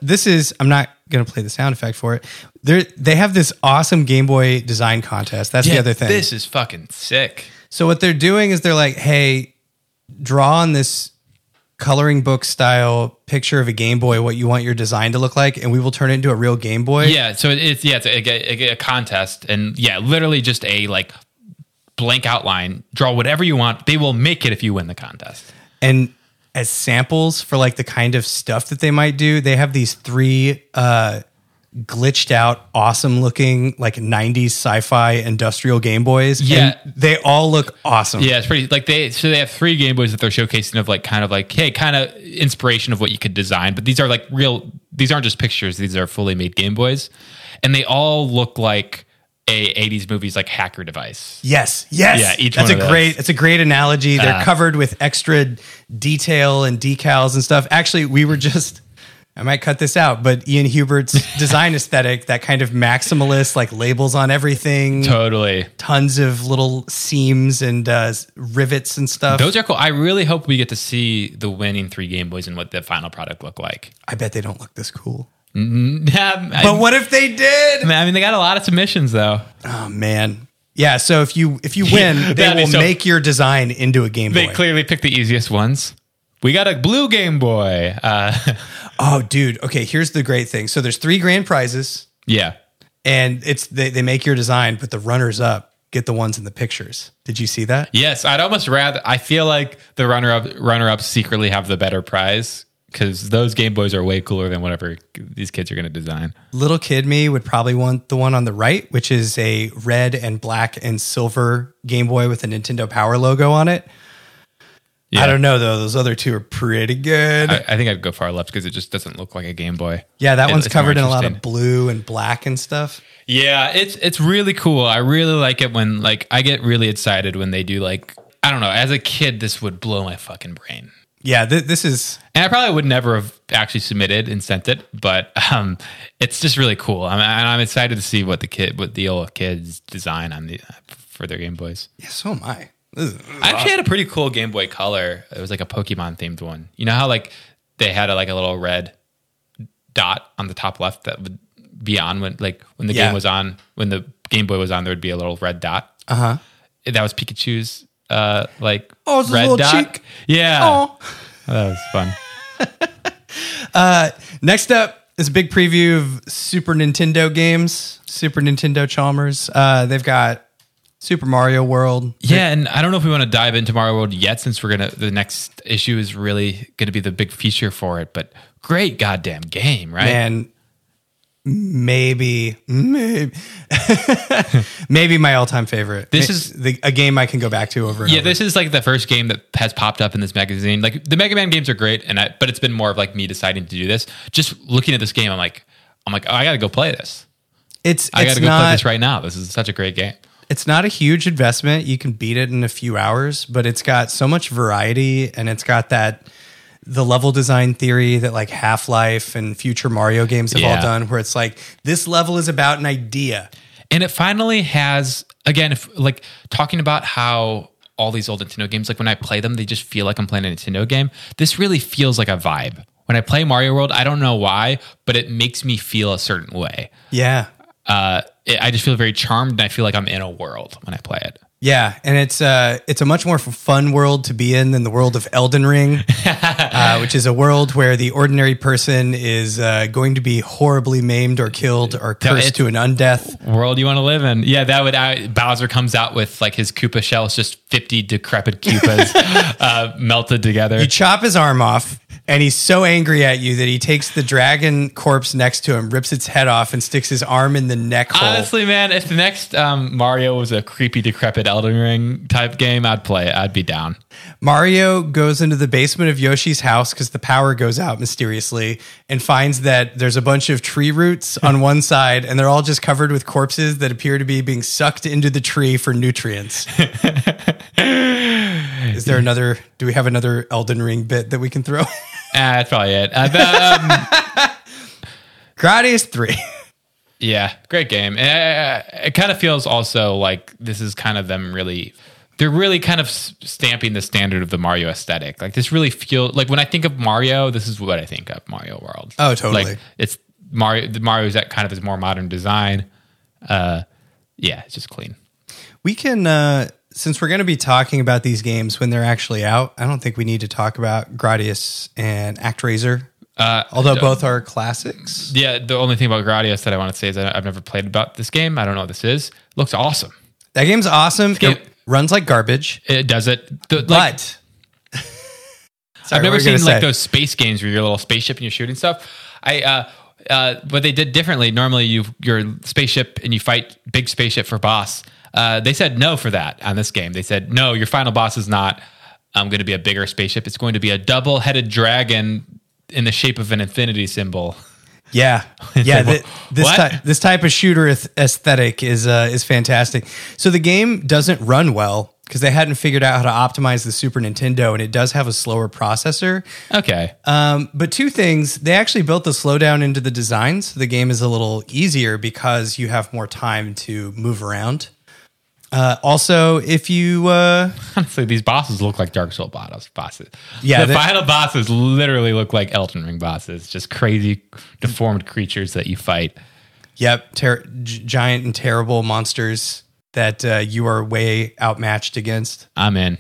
D: This is. I'm not gonna play the sound effect for it. There, they have this awesome Game Boy design contest. That's the other
A: <laughs>
D: thing.
A: This is fucking sick.
D: so what they're doing is they're like, hey, draw on this coloring book style picture of a Game Boy what you want your design to look like, and we will turn it into a real Game Boy.
A: Yeah, so it- it's yeah, it's a, a- a- a contest, and yeah, literally just a like blank outline. Draw whatever you want. They will make it if you win the contest.
D: And as samples for like the kind of stuff that they might do. They have these three uh, glitched out, awesome looking like '90s sci-fi industrial Game Boys.
A: Yeah.
D: and they all look awesome.
A: Yeah, it's pretty like they so they have three Game Boys that they're showcasing of like kind of like hey, kind of inspiration of what you could design, but these are like real these aren't just pictures, these are fully made Game Boys. And they all look like a 80s movies like hacker device.
D: Yes, yes.
A: Yeah, each
D: that's
A: one
D: a
A: of
D: great
A: those.
D: that's a great analogy. They're
A: Ah.
D: covered with extra detail and decals and stuff. Actually, we were just I might cut this out, but
A: <laughs>
D: Ian Hubert's design aesthetic, that kind of maximalist, like labels on everything,
A: Totally.
D: tons of little seams and uh, rivets and stuff.
A: Those are cool. I really hope we get to see the winning three Game Boys and what the final product look like.
D: I bet they don't look this cool.
A: Yeah, I-
D: But what if they did?
A: I mean, they got a lot of submissions though.
D: Oh man. Yeah, so if you
A: <laughs>
D: if you win, they
A: that'd be
D: will
A: so-
D: make your design into a Game
A: They
D: Boy.
A: clearly picked the easiest ones. We got a blue Game Boy. Uh,
D: oh, dude. Okay, here's the great thing. So there's three grand prizes.
A: yeah.
D: and it's they, they make your design, but the runners up get the ones in the pictures. Did you see that?
A: Yes, I'd almost rather. I feel like the runner up runner ups secretly have the better prize because those Game Boys are way cooler than whatever these kids are going to design.
D: Little kid me would probably want the one on the right, which is a red and black and silver Game Boy with a Nintendo Power logo on it.
A: Yeah.
D: I don't know though; those other two are pretty good.
A: I, I think I'd go far left because it just doesn't look like a Game Boy.
D: yeah, that
A: It-
D: one's
A: it's more
D: covered in a lot of
A: interesting.
D: blue and black and stuff.
A: Yeah, it's it's really cool. I really like it when like I get really excited when they do like I don't know. As a kid, this would blow my fucking brain.
D: Yeah, th- this is
A: And I probably would never have actually submitted and sent it, but um, it's just really cool. I'm, and I'm excited to see what the kid, what the old kids design on the for their Game Boys.
D: yeah, so am I. This is-
A: I actually had a pretty cool Game Boy Color. It was like a Pokemon themed one. You know how like they had a, like a little red dot on the top left that would be on when like when the
D: Yeah.
A: game was on when the Game Boy was on there would be a little red dot. Uh
D: Uh-huh.
A: That was Pikachu's uh like
D: Oh, it's his
A: red
D: little
A: dot.
D: cheek.
A: Yeah,
D: Aw.
A: that was fun.
D: Next up is a big preview of Super Nintendo games, Super Nintendo Chalmers. Uh, they've got Super Mario World.
A: Yeah, and I don't know if we want to dive into Mario World yet, since we're gonna the next issue is really gonna be the big feature for it. But great goddamn game, right?
D: And maybe, maybe, <laughs> maybe my all time favorite.
A: This
D: Ma-
A: is-
D: the, a game I can go back to over and
A: Yeah,
D: over.
A: this is like the first game that has popped up in this magazine. Like the Mega Man games are great, and I but it's been more of like me deciding to do this. Just looking at this game, I'm like, I'm like, oh, I gotta go play this.
D: It's,
A: I
D: it's
A: gotta go play
D: not,
A: this right now. This is such a great game.
D: it's not a huge investment. You can beat it in a few hours, but it's got so much variety and it's got that the level design theory that like Half Life and future Mario games have all
A: Yeah.
D: done, where it's like this level is about an idea.
A: And it finally has again, if like talking about how all these old Nintendo games, like when I play them, they just feel like I'm playing a Nintendo game. This really feels like a vibe. When I play Mario World, I don't know why, but it makes me feel a certain way.
D: Yeah.
A: Uh, it, I just feel very charmed, and I feel like I'm in a world when I play it.
D: Yeah, and it's uh it's a much more fun world to be in than the world of Elden Ring, uh, which is a world where the ordinary person is uh, going to be horribly maimed or killed or cursed
A: it's-
D: to an undeath.
A: world you want to live in. Yeah, that would I, Bowser comes out with like his Koopa shell. It's just fifty decrepit Koopas <laughs> uh, melted together.
D: You chop his arm off, and he's so angry at you that he takes the dragon corpse next to him, rips its head off, and sticks his arm in the neck hole.
A: Honestly, man, if the next um, Mario was a creepy, decrepit Elden Ring type game, I'd play it. I'd be down.
D: Mario goes into the basement of Yoshi's house because the power goes out mysteriously and finds that there's a bunch of tree roots on one side and they're all just covered with corpses that appear to be being sucked into the tree for nutrients. Is there another? Do we have another Elden Ring bit that we can throw? <laughs>
A: Ah, that's probably it. Uh, but, um,
D: Gradius 3.
A: yeah, great game. Uh, it kind of feels also like this is kind of them really. They're really kind of s- stamping the standard of the Mario aesthetic. Like this really feel like when I think of Mario, this is what I think of Mario World.
D: Oh, totally.
A: Like it's Mario. The Mario's that kind of his more modern design. Uh, yeah, it's just clean.
D: We can, uh, since we're going to be talking about these games when they're actually out, I don't think we need to talk about Gradius and Actraiser, uh, although both are classics.
A: Yeah, the only thing about Gradius that I want to say is I, I've never played about this game. I don't know what this is. looks awesome.
D: That game's awesome.
A: game-
D: It runs like garbage,
A: It does it. The, like,
D: but Sorry,
A: <laughs> I've
D: what
A: never
D: were you
A: seen
D: gonna
A: like
D: say?
A: those space games where you're a little spaceship and you're shooting stuff. I uh, uh, what they did differently. Normally, you your spaceship and you fight big spaceship for boss. Uh, they said no for that on this game. They said no, your final boss is not. um going to be a bigger spaceship. It's going to be a double-headed dragon in the shape of an infinity symbol. <laughs>
D: Yeah, yeah.
A: Like,
D: th- this
A: what?
D: type this type of shooter ath- aesthetic is uh, is fantastic. So the game doesn't run well because they hadn't figured out how to optimize the Super Nintendo, and it does have a slower processor.
A: Okay,
D: Um, but two things: they actually built the slowdown into the design, so the game is a little easier because you have more time to move around. Uh, also, if you uh,
A: honestly, these bosses look like Dark Soul bottoms- bosses.
D: Yeah,
A: the
D: they-
A: final bosses literally look like Elden Ring bosses. Just crazy, deformed creatures that you fight.
D: Yep, ter- g- giant and terrible monsters that uh, you are way outmatched against.
A: I'm in.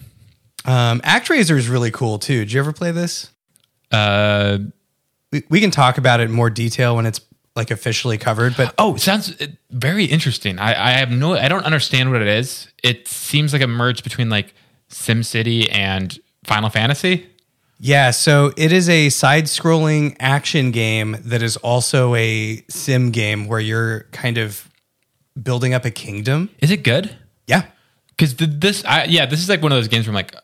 D: Um, ActRaiser is really cool too. Did you ever play this?
A: Uh,
D: We, we can talk about it in more detail when it's like officially covered, but
A: Oh, sounds uh, very interesting. I, I have no, I don't understand what it is. It seems like a merge between like SimCity and Final Fantasy.
D: yeah, so it is a side-scrolling action game that is also a sim game where you're kind of building up a kingdom.
A: Is it good?
D: Yeah,
A: Because this, I, yeah, this is like one of those games where I'm like,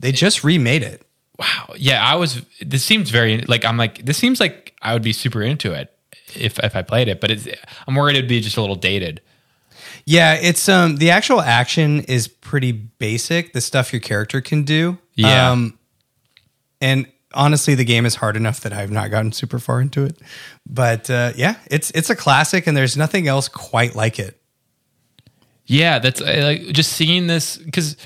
D: they just remade it.
A: wow, yeah, I was. This seems very like I'm like this seems like I would be super into it if if I played it, but it's, I'm worried it'd be just a little dated.
D: Yeah, it's um the actual action is pretty basic. The stuff your character can do.
A: Yeah.
D: Um, and honestly, the game is hard enough that I've not gotten super far into it. But uh, yeah, it's it's a classic, and there's nothing else quite like it.
A: Yeah, that's I, like just seeing this because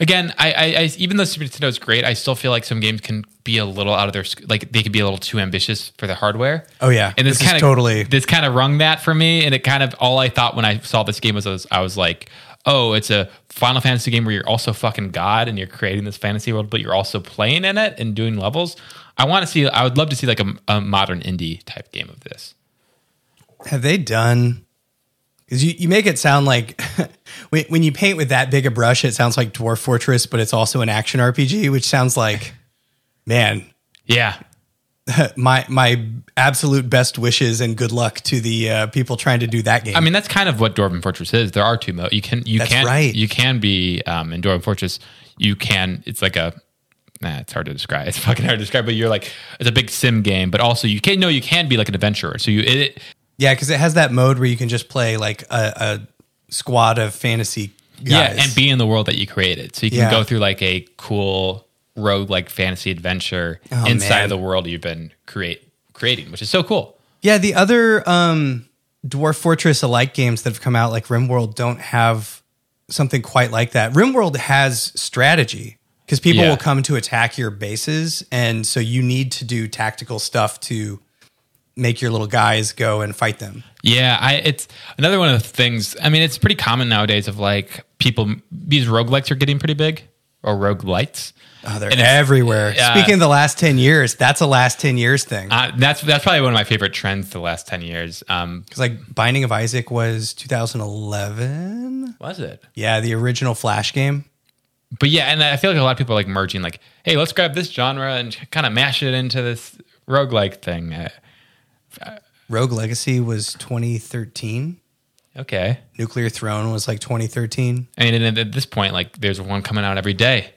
A: again, I, I, I even though Super Nintendo is great, I still feel like some games can be a little out of their sc- like they could be a little too ambitious for the hardware.
D: Oh, yeah.
A: and this,
D: This is
A: kind of
D: totally-
A: this kind of rung that for me, and it kind of all I thought when I saw this game was I was, I was like. Oh, it's a Final Fantasy game where you're also fucking God and you're creating this fantasy world, but you're also playing in it and doing levels. I want to see. I would love to see like a, a modern indie type game of this.
D: Have they done? Because you, you make it sound like <laughs> when, when you paint with that big a brush, it sounds like Dwarf Fortress, but it's also an action RPG, which sounds like, man,
A: Yeah,
D: my my absolute best wishes and good luck to the uh, people trying to do that game.
A: I mean, that's kind of what Dwarven Fortress is. There are two modes. You can you
D: That's
A: can
D: right.
A: you can be um, in Dwarven Fortress. You can. It's like a. Nah, it's hard to describe. <laughs> It's fucking hard to describe. But you're like it's a big sim game. But also you can no, you can be like an adventurer. So you it.
D: Yeah, because it has that mode where you can just play like a, a squad of fantasy guys.
A: Yeah, and be in the world that you created. So you can
D: Yeah.
A: go through like a cool rogue like fantasy adventure
D: Oh,
A: inside
D: man.
A: of the world you've been create creating, which is so cool.
D: yeah, the other um, Dwarf Fortress alike games that have come out, like RimWorld, don't have something quite like that. RimWorld has strategy because people
A: Yeah.
D: will come to attack your bases, and so you need to do tactical stuff to make your little guys go and fight them.
A: Yeah, I it's another one of the things. I mean, it's pretty common nowadays of like people these roguelites are getting pretty big or roguelites.
D: Oh, they're
A: And it's-
D: everywhere.
A: Ah, yeah.
D: Speaking of the last ten years, that's a last ten years thing.
A: Uh, that's that's probably one of my favorite trends the last 10 years. Um,
D: Because like Binding of Isaac was 2011.
A: was it?
D: Yeah, the original Flash game.
A: But yeah, and I feel like a lot of people are like merging like, "Hey, let's grab this genre and kind of mash it into this roguelike thing." Uh,
D: Rogue Legacy was 2013.
A: okay.
D: Nuclear Throne was like 2013.
A: I mean, and at this point like there's one coming out every day.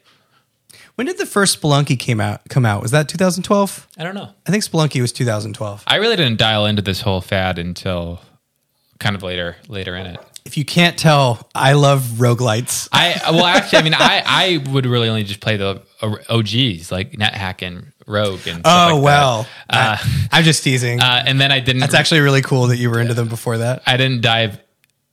D: When did the first Spelunky came out? Come out was that 2012?
A: I don't know.
D: I think Spelunky was 2012.
A: I really didn't dial into this whole fad until kind of later later in it.
D: If you can't tell, I love roguelites.
A: I well, actually, I mean, I I would really only just play the uh, OGs like NetHack and Rogue and. Stuff
D: Oh
A: like
D: well,
A: that. Uh,
D: I, am just teasing.
A: uh, and then I didn't.
D: That's actually really cool that you were into them before that.
A: I didn't dive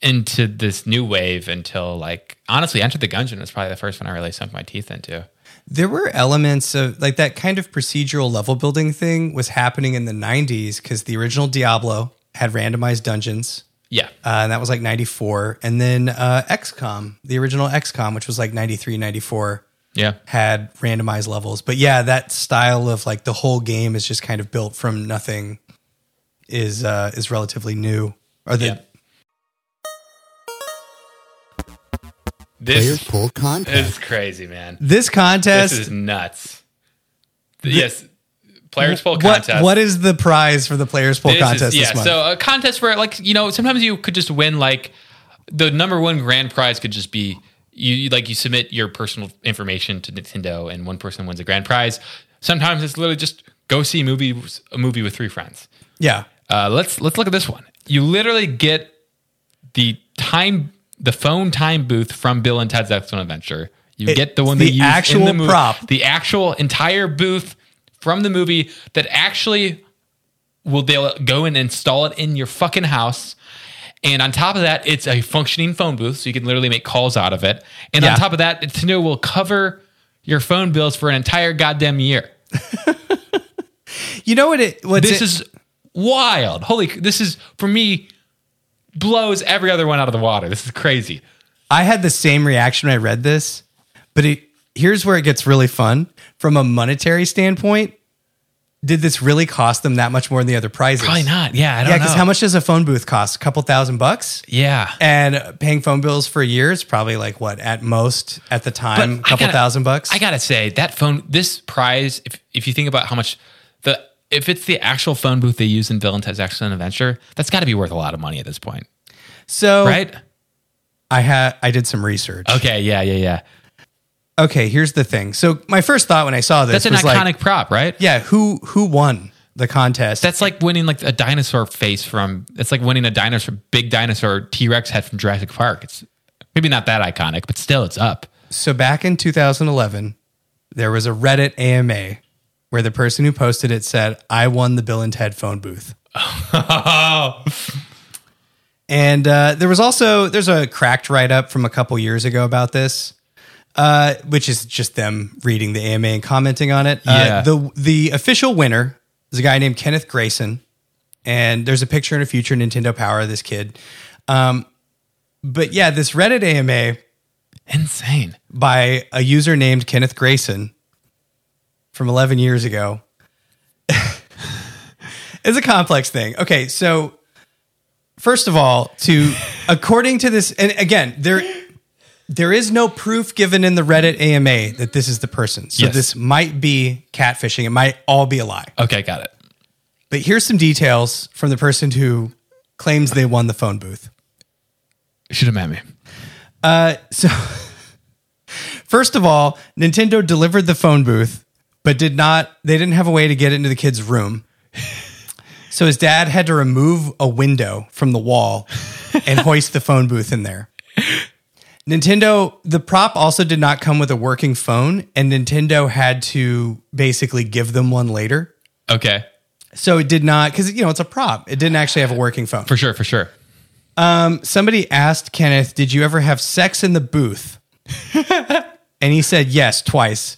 A: into this new wave until like honestly, Enter the Gungeon was probably the first one I really sunk my teeth into.
D: There were elements of like that kind of procedural level building thing was happening in the 90s because the original Diablo had randomized dungeons.
A: Yeah,
D: uh, and that was like 94 and then uh, xcom the original xcom which was like 93 94
A: yeah,
D: had randomized levels but yeah that style of like the whole game is just kind of built from nothing is uh is relatively new or the
A: yeah.
E: Player
A: This
E: full contact.
A: is crazy, man.
D: this contest
A: This is nuts. yes, players poll
B: What,
A: contest.
B: what is the prize for the players poll
A: This is-
B: contest
A: yeah,
B: this month?
A: so a contest where like you know sometimes you could just win like the number one grand prize could just be you you- like you submit your personal information to Nintendo and one person wins a grand prize. Sometimes it's literally just go see movies a movie with three friends.
B: yeah.
A: Uh, let's let's look at this one. You literally get the time the phone time booth from Bill and Ted's Excellent Adventure. You get the one
B: the
A: they used in
B: actual
A: the movie,
B: prop.
A: the actual entire booth from the movie that actually will they'll go and install it in your fucking house. And on top of that, it's a functioning phone booth, so you can literally make calls out of it. And
B: Yeah.
A: on top of that, Nintendo will cover your phone bills for an entire goddamn year.
B: You know what it what's
A: This
B: it-
A: is wild. Holy, this is for me blows every other one out of the water. This is crazy.
B: I had the same reaction when I read this, but it, here's where it gets really fun from a monetary standpoint. Did this really cost them that much more than the other prizes?
A: Probably not. Yeah, I don't
B: Yeah,
A: know.
B: because how much does a phone booth cost? A couple thousand bucks?
A: Yeah.
B: And paying phone bills for a year is probably like what at most at the time, a
A: I
B: couple
A: gotta-
B: thousand bucks.
A: I gotta say that phone, this prize. If if you think about how much the if it's the actual phone booth they use in Bill and Ted's Excellent Adventure, that's got to be worth a lot of money at this point,
B: so
A: right?
B: I had I did some research.
A: Okay. Yeah. Yeah. Yeah.
B: Okay, here's the thing. So my first thought when I saw this
A: That's an
B: was
A: iconic
B: like,
A: prop, right?
B: yeah, who who won the contest?
A: That's like winning like a dinosaur face from. It's like winning a dinosaur, big dinosaur T Rex head from Jurassic Park. It's maybe not that iconic, but still, it's up.
B: So back in 2011, there was a Reddit AMA where the person who posted it said, "I won the Bill and Ted phone booth." and uh, there was also there's a cracked write up from a couple years ago about this, uh, which is just them reading the AMA and commenting on it.
A: Yeah.
B: Uh, the the official winner is a guy named Kenneth Grayson, and there's a picture in a future Nintendo Power of this kid. Um, but yeah, this Reddit AMA
A: Insane.
B: by a user named Kenneth Grayson from 11 years ago. <laughs> it's a complex thing. Okay, so first of all, to according to this and again, there there is no proof given in the Reddit AMA that this is the person. So
A: Yes.
B: this might be catfishing. It might all be a lie.
A: Okay, got it.
B: But here's some details from the person who claims they won the phone booth.
A: Should have met me.
B: So, first of all, Nintendo delivered the phone booth, but did not, they didn't have a way to get it into the kid's room. So his dad had to remove a window from the wall and hoist the phone booth in there. Nintendo, the prop also did not come with a working phone, and Nintendo had to basically give them one later.
A: Okay,
B: So it did not, because, you know, it's a prop. It didn't actually have a working phone.
A: for sure, for sure.
B: Somebody asked Kenneth, "Did you ever have sex in the booth?" and he said, "Yes, twice."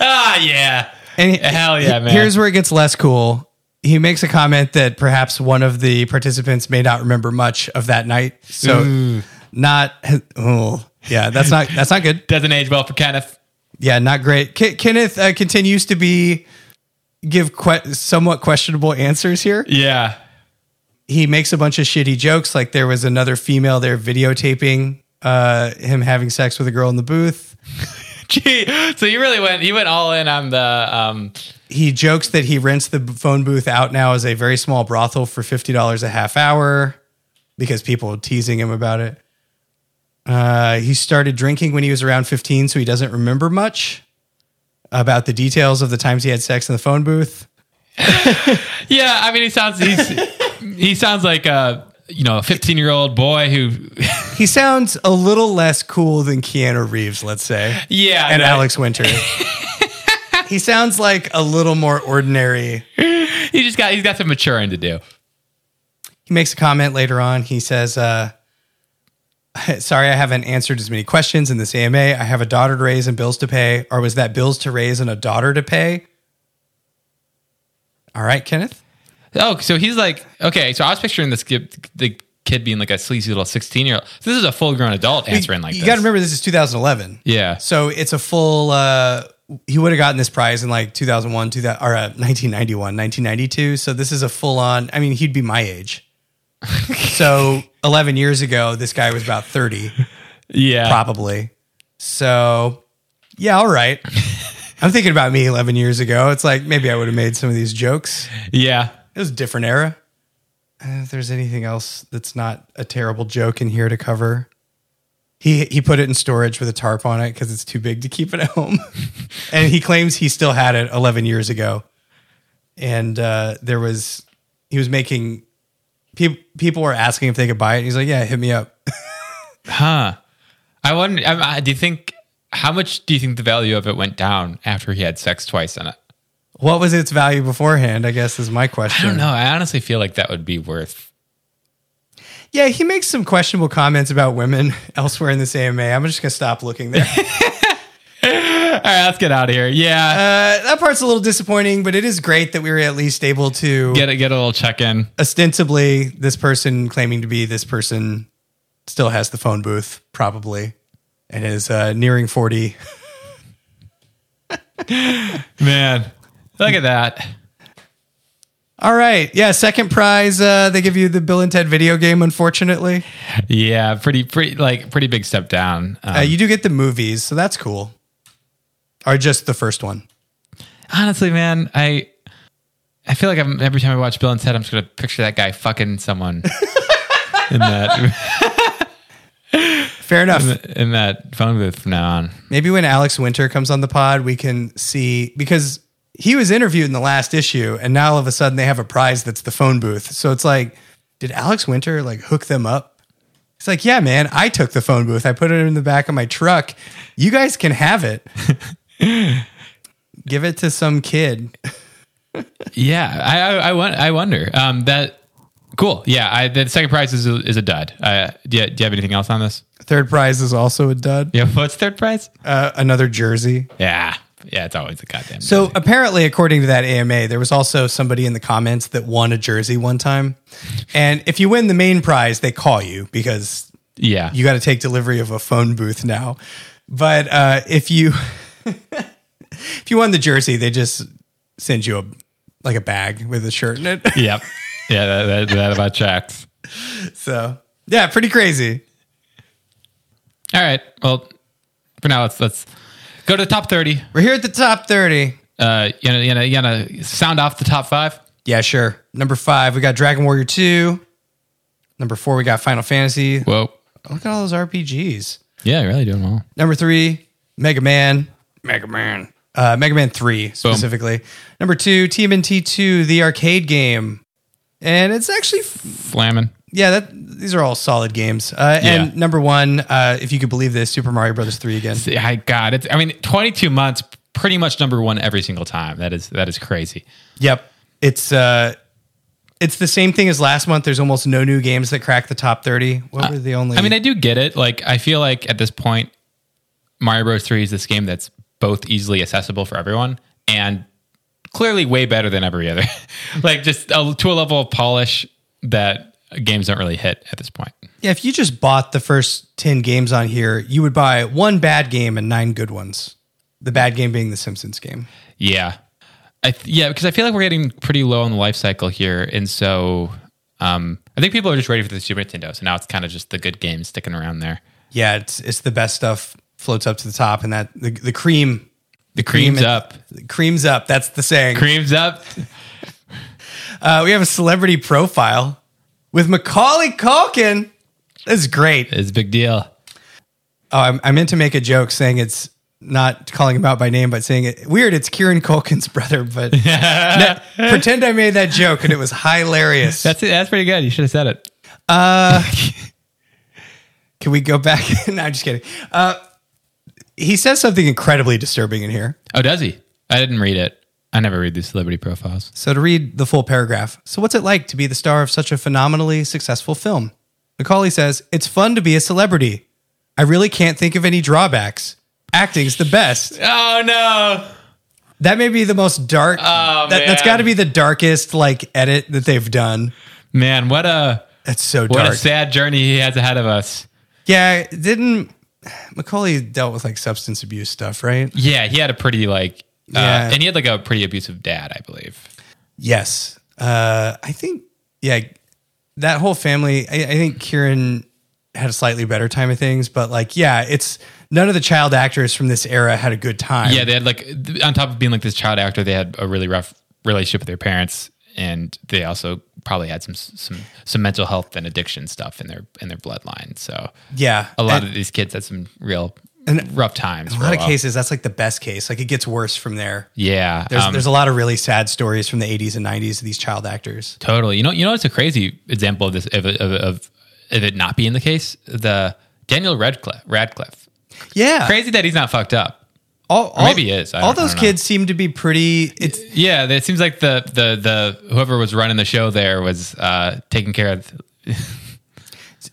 A: Ah, yeah.
B: And
A: Hell Oh, yeah, man.
B: Here's where it gets less cool. He makes a comment that perhaps one of the participants may not remember much of that night. So not oh, yeah, that's not that's not good.
A: Doesn't age well for Kenneth.
B: Yeah, not great. K- Kenneth uh, continues to be give que- somewhat questionable answers here.
A: Yeah.
B: he makes a bunch of shitty jokes. Like there was another female there videotaping uh, him having sex with a girl in the booth.
A: <laughs> Gee, so you really went. You went all in on the. um
B: He jokes that he rents the phone booth out now as a very small brothel for fifty dollars a half hour because people are teasing him about it. Uh, he started drinking when he was around fifteen, so he doesn't remember much about the details of the times he had sex in the phone booth.
A: Yeah, I mean, he sounds. He's, <laughs> he sounds like a you know a fifteen year old boy who. <laughs>
B: He sounds a little less cool than Keanu Reeves, let's say.
A: Yeah,
B: and
A: no,
B: Alex Winter. he sounds like a little more ordinary.
A: He just got. He's got some maturing to do.
B: He makes a comment later on. He says, uh, <laughs> Sorry, I haven't answered as many questions in this AMA. I have a daughter to raise and bills to pay. Or was that bills to raise and a daughter to pay? All right, Kenneth.
A: Oh, so he's like okay. So I was picturing this kid, the kid being like a sleazy little sixteen year old. So this is a full grown adult answering like
B: you
A: this.
B: got to remember, this is 2011.
A: Yeah.
B: So it's a full. Uh, he would have gotten this prize in like 2001, 2000, or uh, 1991, 1992. So this is a full on. I mean, he'd be my age. so 11 years ago, this guy was about 30,
A: Yeah.
B: probably. So yeah, all right. I'm thinking about me 11 years ago. It's like maybe I would have made some of these jokes.
A: Yeah.
B: It was a different era. Uh, if there's anything else that's not a terrible joke in here to cover, he he put it in storage with a tarp on it because it's too big to keep it at home, <laughs> and he claims he still had it 11 years ago. And uh, there was he was making people people were asking if they could buy it. He's like, "Yeah, hit me up."
A: I wonder. um, I, do you think how much do you think the value of it went down after he had sex twice in it?
B: What was its value beforehand? I guess is my
A: I
B: question.
A: don't know. I honestly feel like that would be worth.
B: Yeah, he makes some questionable comments about women <laughs> elsewhere in this AMA. I'm just gonna stop looking there.
A: All right, let's get out of here. Yeah,
B: Uh, that part's a little disappointing, but it is great that we were at least able to
A: get a, get a little check in.
B: ostensibly this person claiming to be this person still has the phone booth probably and is uh, nearing 40.
A: Man, look at that.
B: All right. Yeah, second prize uh, they give you the Bill and Ted video game unfortunately.
A: Yeah, pretty pretty like pretty big step down. Um,
B: Uh, you do get the movies, so that's cool. Or just the first one.
A: honestly, man, I I feel like I'm, every time I watch Bill and Ted, I'm just gonna picture that guy fucking <laughs> someone in that
B: Fair enough.
A: in that phone booth from now on.
B: Maybe when Alex Winter comes on the pod, we can see because he was interviewed in the last issue, and now all of a sudden they have a prize that's the phone booth. So it's like, did Alex Winter like hook them up? It's like, yeah, man, I took the phone booth. I put it in the back of my truck. You guys can have it. Give it to some kid.
A: Yeah, I I, I, won- I wonder. Um, that cool. Yeah, I, the second prize is a, is a dud. Uh, do you, do you have anything else on this?
B: Third prize is also a dud.
A: Yeah, what's third prize?
B: Uh, another jersey.
A: Yeah, yeah, it's always a goddamn.
B: So apparently, according to that AMA, there was also somebody in the comments that won a jersey one time. And if you win the main prize, they call you because
A: yeah,
B: you got to take delivery of a phone booth now. But uh, if you <laughs> if you won the jersey, they just send you a like a bag with a shirt in it.
A: yep, yeah, that, that, that about tracks.
B: so yeah, pretty crazy.
A: All right, well, for now let's let's go to the top thirty.
B: We're here at the top thirty.
A: Uh, you know, you know, you know, sound off the top five.
B: Yeah, sure. Number five, we got Dragon Warrior two. Number four, we got Final Fantasy.
A: Whoa,
B: Look at all those RPGs.
A: yeah, really doing well.
B: Number three, Mega Man. Mega Man. Uh, Mega Man 3 specifically. Number two, TMNT 2, the arcade game. And it's actually, f-
A: Flamming.
B: yeah, that these are all solid games. Uh, and
A: Yeah.
B: number one, uh, if you could believe this, Super Mario Brothers 3 again.
A: Yeah, I God, it's. I mean, twenty-two months, pretty much number one every single time. That is that is crazy.
B: Yep. It's uh, it's the same thing as last month. There's almost no new games that crack the top 30. What were the only?
A: I mean, I do get it. Like, I feel like at this point, Mario Bros. Three is this game that's both easily accessible for everyone and clearly way better than every other. <laughs> like, just a, to a level of polish that games don't really hit at this point.
B: yeah, if you just bought the first 10 games on here, you would buy one bad game and nine good ones. The bad game being the Simpsons game.
A: Yeah, I th- yeah, because I feel like we're getting pretty low on the life cycle here, and so um, I think people are just ready for the Super Nintendo. So now it's kind of just the good games sticking around there.
B: yeah, it's it's the best stuff floats up to the top, and that the, the cream
A: The cream's
B: Cream-
A: up,
B: creams up. That's the saying.
A: cream's up.
B: Uh, we have a celebrity profile with Macaulay Culkin. That's great.
A: It's a big deal.
B: Oh, I'm, I meant to make a joke saying it's not calling him out by name, but saying it weird. It's Kieran Culkin's <laughs>
A: <laughs>
B: brother, but No, pretend I made that joke and it
A: <laughs>
B: was hilarious.
A: That's it. That's pretty good. You should have said it.
B: Can we go back? <laughs> no, I'm just kidding. Uh, he says something incredibly disturbing in here.
A: Oh, does he? I didn't read it. I never read these celebrity profiles.
B: So, to read the full paragraph, so what's it like to be the star of such a phenomenally successful film? Macaulay says, It's fun to be a celebrity. I really can't think of any drawbacks. Acting's the best.
A: Oh no!
B: That may be the most dark.
A: Oh,
B: that, has
A: man.
B: got to be the darkest like edit that they've done.
A: Man, what a
B: That's so
A: what
B: dark.
A: a sad journey he has ahead of us.
B: yeah, didn't Macaulay dealt with like substance abuse stuff, right?
A: Yeah, he had a pretty like, uh,
B: Yeah.
A: and he had like a pretty abusive dad, I believe.
B: Yes. Uh, I think, yeah, that whole family, I, I think Kieran had a slightly better time of things, but like, yeah, it's none of the child actors from this era had a good time.
A: Yeah, they had like th- on top of being like this child actor, they had a really rough relationship with their parents, and they also probably had some some some mental health and addiction stuff in their in their bloodline. So
B: yeah,
A: a lot
B: And
A: of these kids had some real
B: And-
A: rough times.
B: in a lot of cases that's like the best case. Like it gets worse from there.
A: yeah.
B: There's
A: um,
B: there's a lot of really sad stories from the 80s and 90s of these child actors.
A: Totally. You know, you know, it's a crazy example of this of of, of, of it not being the case. The Daniel Radcliffe. Radcliffe.
B: Yeah,
A: Crazy that he's not fucked up.
B: All, all,
A: maybe he is. I
B: all
A: don't- I
B: those
A: don't know.
B: kids seem to be pretty. It's
A: Yeah, it seems like the the the whoever was running the show there was uh, taking care
B: <laughs>
A: of.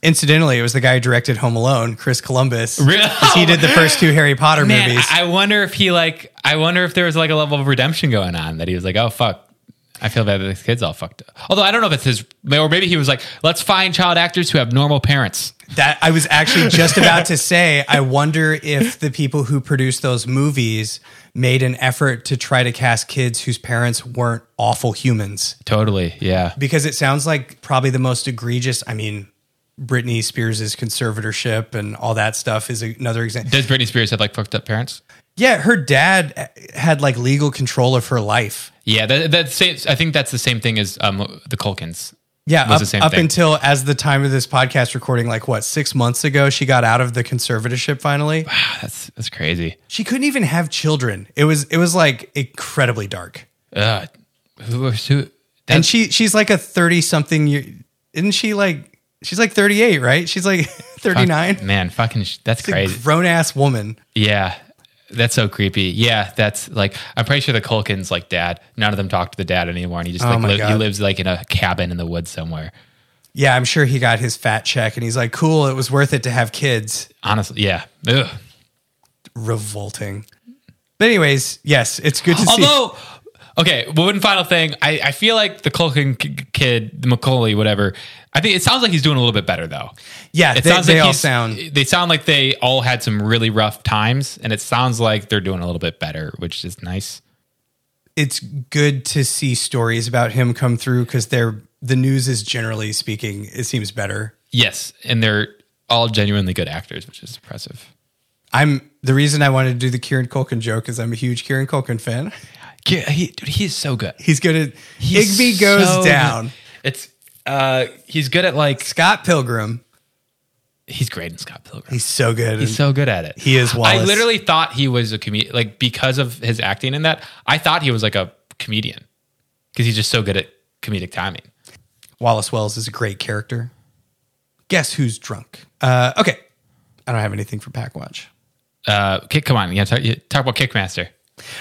B: incidentally, it was the guy who directed Home Alone, Chris Columbus.
A: Really?
B: 'Cause he did the first two Harry Potter
A: Oh, Man,
B: movies.
A: I I wonder if he like. I wonder if there was like a level of redemption going on that he was like, oh fuck. I feel bad that this kid's all fucked up. Although I don't know if it's his, or maybe he was like, let's find child actors who have normal parents.
B: That I was
A: <laughs>
B: actually just about to say. I wonder if the people who produced those movies made an effort to try to cast kids whose parents weren't awful humans,
A: Totally. Yeah.
B: because it sounds like probably the most egregious. I mean, Britney Spears' conservatorship and all that stuff is another example.
A: Does Britney Spears have like fucked up parents?
B: Yeah, her dad had like legal control of her life.
A: Yeah, that, that same. I think that's the same thing as um, the Culkins.
B: Yeah,
A: was
B: up,
A: the same
B: up
A: thing.
B: until as the time of this podcast recording, like what six months ago, she got out of the conservatorship finally.
A: Ah, that's that's crazy.
B: She couldn't even have children. It was it was like incredibly dark.
A: Ugh. Who, who, that,
B: And she she's like a thirty something year. Isn't she like she's like thirty eight? Right? She's like <laughs> thirty nine.
A: man, fucking, sh- that's crazy.
B: Grown ass woman.
A: Yeah, that's so creepy. Yeah, that's like I'm pretty sure the Culkins like dad. None of them talk to the dad anymore, and he just like
B: Oh my
A: li- he
B: God.
A: lives like in a cabin in the woods somewhere.
B: Yeah, I'm sure he got his fat check, and he's like, "Cool, it was worth it to have kids."
A: Honestly, yeah. Ugh.
B: Revolting. But anyways, yes, it's good to <laughs> see. <laughs>
A: Although, okay, but one final thing. I, I feel like the Culkin k- kid, Macaulay, whatever. I think it sounds like he's doing a little bit better though.
B: yeah,
A: It
B: they,
A: sounds
B: they
A: like
B: all
A: he's-
B: sound.
A: They sound like they all had some really rough times, and it sounds like they're doing a little bit better, which is nice.
B: It's good to see stories about him come through because they're the news is generally speaking, it seems better.
A: Yes, and they're all genuinely good actors, which is impressive.
B: I'm the reason I wanted to do the Kieran Culkin joke is I'm a huge Kieran Culkin fan.
A: Ki- He, dude, he is so good.
B: He's good at
A: He's
B: Igby goes
A: so
B: down.
A: good. It's uh, he's good at like
B: Scott Pilgrim.
A: he's great in Scott Pilgrim.
B: He's so good.
A: He's so good at it.
B: He is
A: I
B: Wallace.
A: literally thought he was a comedian, like because of his acting in that. I thought he was like a comedian because he's just so good at comedic timing.
B: Wallace Wells is a great character. Guess who's drunk? Uh, okay. I don't have anything for Pack Watch.
A: Uh, kick, come on, you gotta talk, you talk about Kickmaster.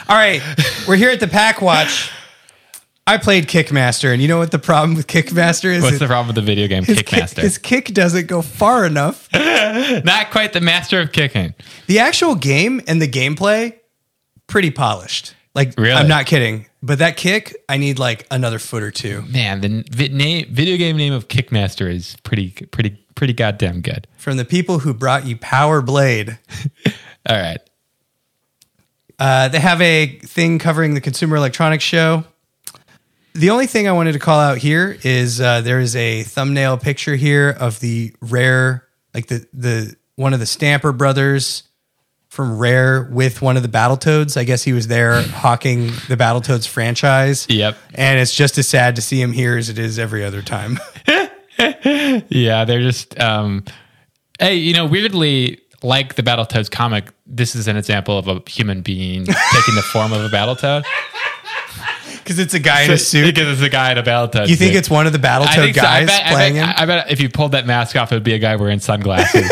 B: All right. We're here at the Pack Watch. I played Kickmaster, and you know what the problem with Kickmaster is?
A: What's the problem with the video game
B: his
A: Kickmaster?
B: Kick, his kick doesn't go far enough.
A: Not quite the master of kicking.
B: The actual game and the gameplay, pretty polished. Like,
A: Really?
B: I'm not kidding. But that kick, I need like another foot or two.
A: Man, the vi- name, video game name of Kickmaster is pretty, pretty, pretty goddamn good.
B: From the people who brought you Power Blade,
A: All right.
B: uh, they have a thing covering the Consumer Electronics Show. The only thing I wanted to call out here is uh, there is a thumbnail picture here of the rare, like the the one of the Stamper brothers from Rare with one of the Battletoads. I guess he was
A: <laughs>
B: there hawking the Battletoads franchise.
A: Yep.
B: And it's just as sad to see him here as it is every other <laughs> time.
A: Yeah, they're just, um, hey, you know, weirdly, like the Battletoads comic, this is an example of a human
B: <laughs>
A: being taking the form of a Battletoad.
B: Because it's a guy in a suit.
A: Because it's a guy in a Battletoad.
B: You think
A: suit.
B: it's one of the
A: I
B: Battletoad
A: think so. I
B: guys
A: bet,
B: playing
A: I
B: him?
A: bet, I bet if you pulled that mask off, it would be a guy wearing sunglasses.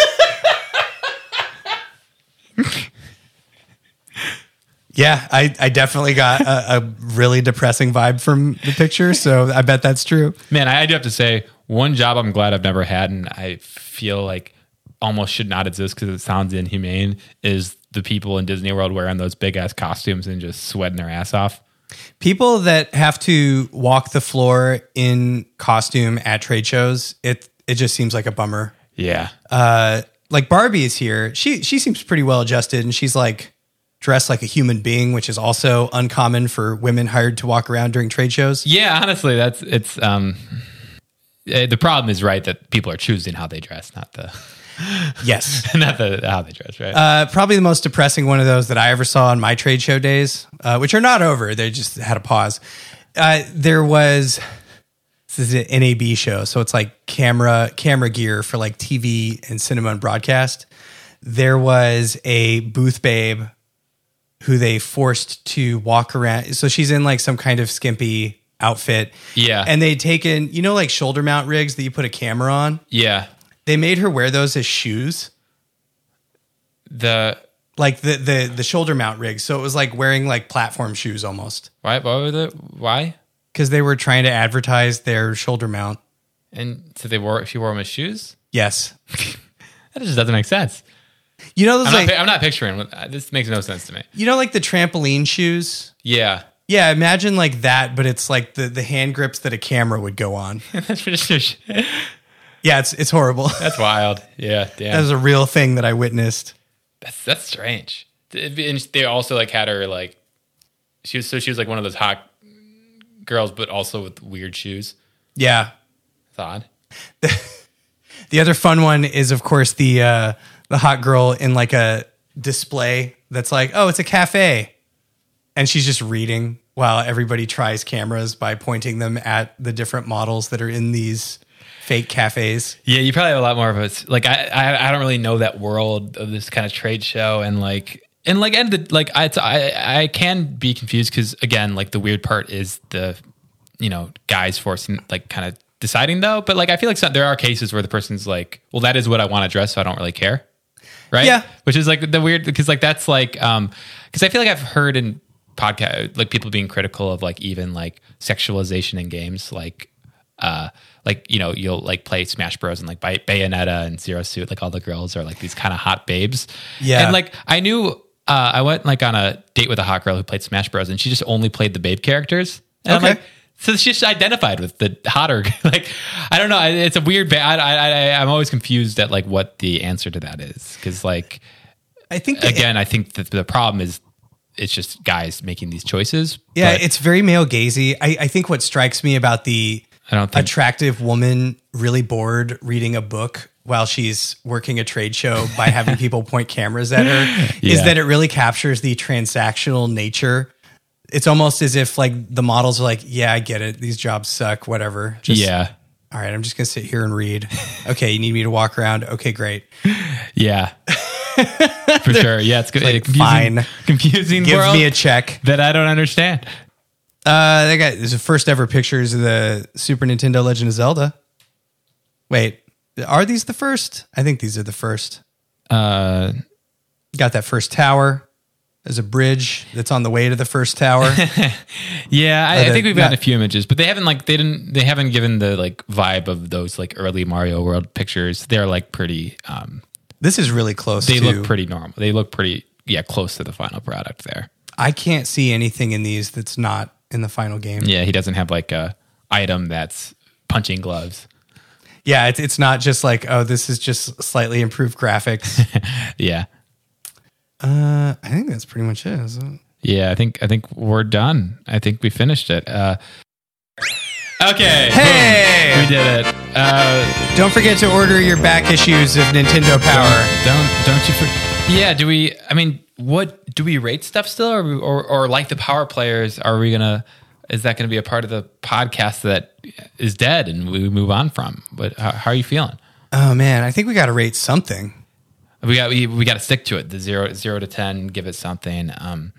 B: Yeah, I, I definitely got a, a really depressing vibe from the picture. So I bet that's true.
A: Man, I do have to say, one job I'm glad I've never had, and I feel like almost should not exist because it sounds inhumane, is the people in Disney World wearing those big ass costumes and just sweating their ass off.
B: People that have to walk the floor in costume at trade shows, it it just seems like a bummer.
A: Yeah.
B: Like Barbie is here. She she seems pretty well adjusted and she's like dressed like a human being, which is also uncommon for women hired to walk around during trade shows.
A: yeah, honestly, that's it's um uh, the problem is right that people are choosing how they dress, not the <laughs>
B: Yes.
A: not the how they dress, right?
B: Uh, probably the most depressing one of those that I ever saw on my trade show days, uh, which are not over. They just had a pause. Uh, there was this is an NAB show, so it's like camera uh, camera gear for like TV and cinema and broadcast. There was a booth babe who they forced to walk around. So she's in like some kind of skimpy outfit.
A: Yeah.
B: And they'd taken, you know, like shoulder mount rigs that you put a camera on.
A: yeah,
B: They made her wear those as shoes
A: the
B: like the the the shoulder mount rig. So it was like wearing like platform shoes almost
A: why? Why were the why?
B: because they were trying to advertise their shoulder mount.
A: And so they wore she wore them as shoes.
B: Yes,
A: That just doesn't make sense.
B: you know those
A: I'm,
B: like
A: not, pi- I'm not picturing. what- uh, This makes no sense to me.
B: you know like the trampoline shoes.
A: Yeah,
B: Yeah, imagine like that, but it's like the the hand grips that a camera would
A: <laughs>
B: go on.
A: that's just
B: Yeah, it's it's horrible. <laughs>
A: that's wild. Yeah,
B: that
A: damn,
B: was a real thing that I witnessed.
A: that's that's strange. It'd be- And they also like had her like she was so she was like one of those hot girls, but also with weird shoes.
B: Yeah.
A: It's odd.
B: The other fun one is of course the uh the hot girl in like a display that's like, "Oh, it's a cafe." And she's just reading while everybody tries cameras by pointing them at the different models that are in these fake cafes.
A: Yeah, you probably have a lot more of us. Like I, I, I don't really know that world of this kind of trade show and like and like and the, like I, it's- I, I can be confused because again, like the weird part is the, you know, guys forcing like kind of deciding though. But like I feel like some, there are cases where the person's like, well, that is what I want to dress, so I don't really care, right?
B: Yeah.
A: which is like the weird because like that's like um because I feel like I've heard in podcast like people being critical of like even like sexualization in games like uh like you know you'll like play Smash Bros and like Bay- Bayonetta and Zero Suit like all the girls are like these kind of hot babes
B: Yeah.
A: and like I knew uh I went like on a date with a hot girl who played Smash Bros and she just only played the babe characters and
B: Okay.
A: I'm like so she just identified with the hotter <laughs> like I don't know I- it's a weird ba- I, I I I'm always confused at like what the answer to that is because like
B: I think the-
A: again, I think that the problem is it's just guys making these choices.
B: yeah,
A: but
B: it's very male gazy. I, I think what strikes me about the
A: I don't think
B: attractive woman really bored reading a book while she's working a trade show
A: <laughs>
B: by having people point cameras at her is
A: Yeah.
B: that it really captures the transactional nature. It's almost as if like the models are like, yeah, I get it. These jobs suck, whatever. Just,
A: yeah,
B: All right. I'm just going to sit here and read. <laughs> Okay. You need me to walk around. Okay, great. <laughs>
A: yeah, for sure. Yeah, it's good.
B: like,
A: confusing,
B: fine.
A: confusing
B: Give
A: world
B: me a check.
A: that I don't understand.
B: Uh, they got there's the first ever pictures of the Super Nintendo Legend of Zelda. Wait, are these the first? I think these are the first.
A: Uh,
B: Got that first tower. There's a bridge that's on the way to the first
A: <laughs>
B: tower.
A: yeah, I, I
B: the-
A: think we've gotten
B: not-
A: a few images, but they haven't like they didn't they haven't given the like vibe of those like early Mario World pictures. They're like pretty. um
B: this is really close.
A: They
B: to,
A: look pretty normal. They look pretty yeah close to the final product there.
B: I can't see anything in these that's not in the final game. Yeah,
A: Yeah, he doesn't have like a item that's punching gloves. <laughs>
B: it's, it's not just like oh, this is just slightly improved
A: <laughs>
B: graphics.
A: Yeah.
B: uh, I think that's pretty much it. isn't it?
A: Yeah, I think I think we're done. I think we finished it. Uh, okay,
B: Hey!
A: boom. we did it. Uh,
B: Don't forget to order your back issues of Nintendo Power.
A: don't, don't don't you? For- yeah, do we? I mean, what do we rate stuff still, or, or or like the power players? Are we gonna? Is that gonna be a part of the podcast that is dead and we move on from? But how, how are you feeling?
B: Oh man, I think we got to rate something.
A: We got we, we got to stick to it. The zero zero to ten, give it something. Um,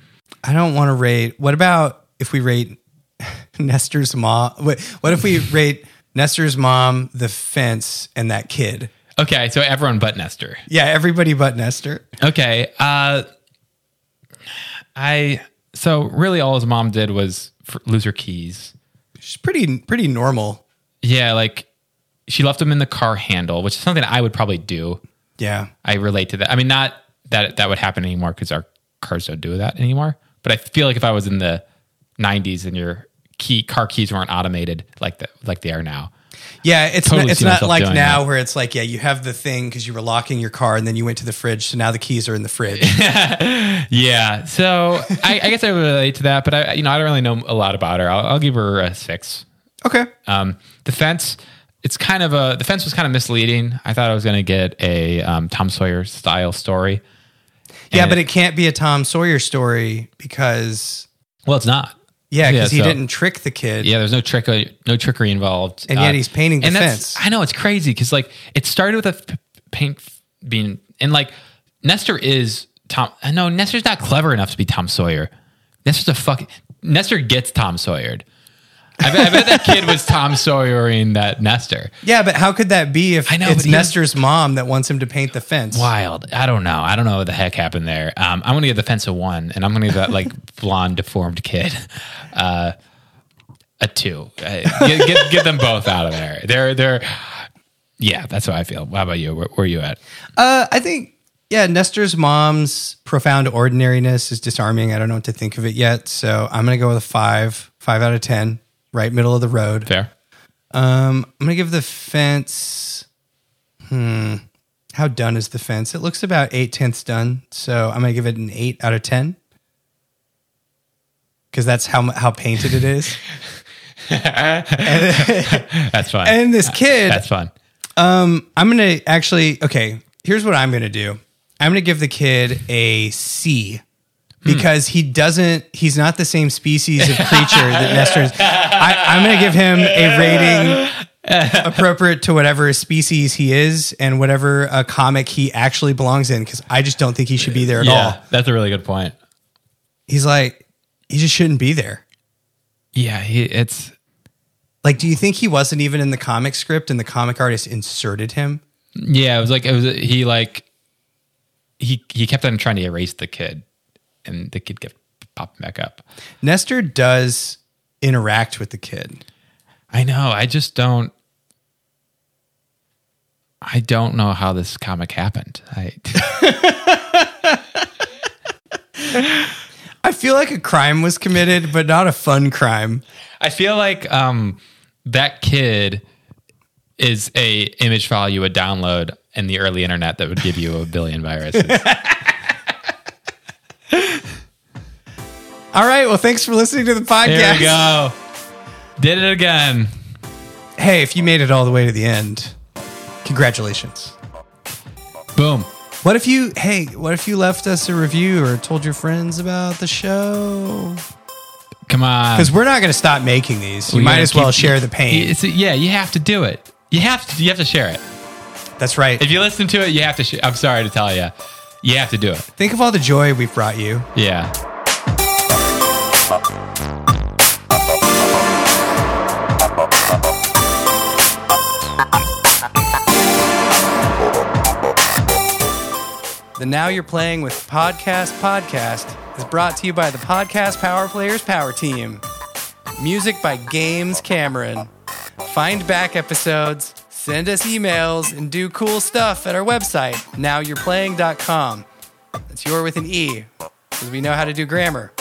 B: I don't want to rate. What about if we rate <laughs> Nestor's mom? What, what if we rate Nestor's mom, the fence, and that kid?
A: okay, so everyone but Nestor.
B: Yeah, everybody but Nestor.
A: Okay. Uh, I so really all his mom did was f- lose her keys.
B: She's pretty pretty normal.
A: Yeah, like she left them in the car handle, which is something I would probably do.
B: Yeah,
A: I relate to that. I mean, not that that would happen anymore because our cars don't do that anymore. But I feel like if I was in the '90s and your key car keys weren't automated like the, like they are now,
B: yeah. It's
A: Totally
B: not, it's
A: see
B: not
A: myself
B: like
A: doing
B: now
A: that.
B: where it's like yeah, you have the thing because you were locking your car and then you went to the fridge, so now the keys are in the fridge.
A: <laughs> Yeah, so I, I guess I relate to that, but
B: Uh,
A: I, you know, I don't really know a lot about her. I'll, I'll give her a six.
B: okay,
A: Um, the fence, it's kind of a the fence was kind of misleading. I thought I was going to get a um, Tom Sawyer style story.
B: yeah,
A: And
B: but it can't be a Tom Sawyer story because
A: well, it's not.
B: yeah, because
A: Yeah,
B: he
A: so-
B: didn't trick the kid.
A: Yeah, there's no trick, no trickery involved, Uh,
B: And yet he's painting the
A: and
B: fence.
A: That's, I know it's crazy because like it started with a f- p- paint f- being, and like Nestor is Tom. uh, No, Nestor's not clever enough to be Tom Sawyer. Nestor's a fucking Nestor gets Tom Sawyered. I bet, I bet that kid was Tom Sawyering that Nestor.
B: Yeah, but how could that be if
A: I know,
B: it's
A: but he was-
B: Nestor's mom that wants him to paint the fence?
A: Wild. I don't know. I don't know what the heck happened there. Um, I'm gonna give the fence a one, and I'm gonna give that <laughs> like blonde deformed kid uh, a two. Uh, get, get get them both out of there. They're they're. Yeah, that's how I feel. How about you? Where, where you at?
B: Uh, I think, yeah, Nestor's mom's profound ordinariness is disarming. I don't know what to think of it yet. So I'm going to go with a five, five out of 10, right middle of the road.
A: Fair.
B: Um, I'm going to give the fence, hmm, how done is the fence? It looks about eight tenths done. So I'm going to give it an eight out of 10. Because that's how mu- how painted it is,
A: That's fine.
B: and this kid,
A: that's fine.
B: I'm gonna actually okay. Here's what I'm gonna do. I'm gonna give the kid a C because he doesn't. He's not the same species
A: <laughs>
B: of creature that Nestor's. I, I'm gonna give him a rating
A: <laughs>
B: appropriate to whatever species he is and whatever uh, comic he actually belongs in. Because I just don't think he should be there at all.
A: Oh, that's a really good point.
B: He's like he just shouldn't be there.
A: Yeah, he, it's
B: Like, do you think he wasn't even in the comic script and the comic artist inserted him?
A: yeah. It was like it was he like he he kept on trying to erase the kid, and the kid kept popping back up.
B: Nestor does interact with the kid.
A: I know. I just don't. I don't know how this comic happened. I, <laughs>
B: I feel like a crime was committed, but not a fun crime.
A: I feel like um, that kid is a image file you would download in the early internet that would give you a billion
B: <laughs>
A: viruses.
B: All right. Well, thanks for listening to the podcast.
A: There we go. Did it again.
B: Hey, if you made it all the way to the end, congratulations.
A: Boom.
B: What if you, hey, what if you left us a review or told your friends about the show?
A: Come on.
B: Because we're not going to stop making these. You
A: We
B: might
A: gotta
B: as well
A: keep-
B: share the pain.
A: It's- yeah, you have to do it. You have to. You have to share it.
B: That's right.
A: If you listen to it, you have to. Sh- I'm sorry to tell you, you have to do it.
B: Think of all the joy we've brought you.
A: Yeah.
B: The Now You're Playing with Podcast podcast is brought to you by the Podcast Power Players Power Team. Music by Games Cameron. Find back episodes, send us emails, and do cool stuff at our website, nowyou'replaying.com. That's your with an E, because we know how to do grammar.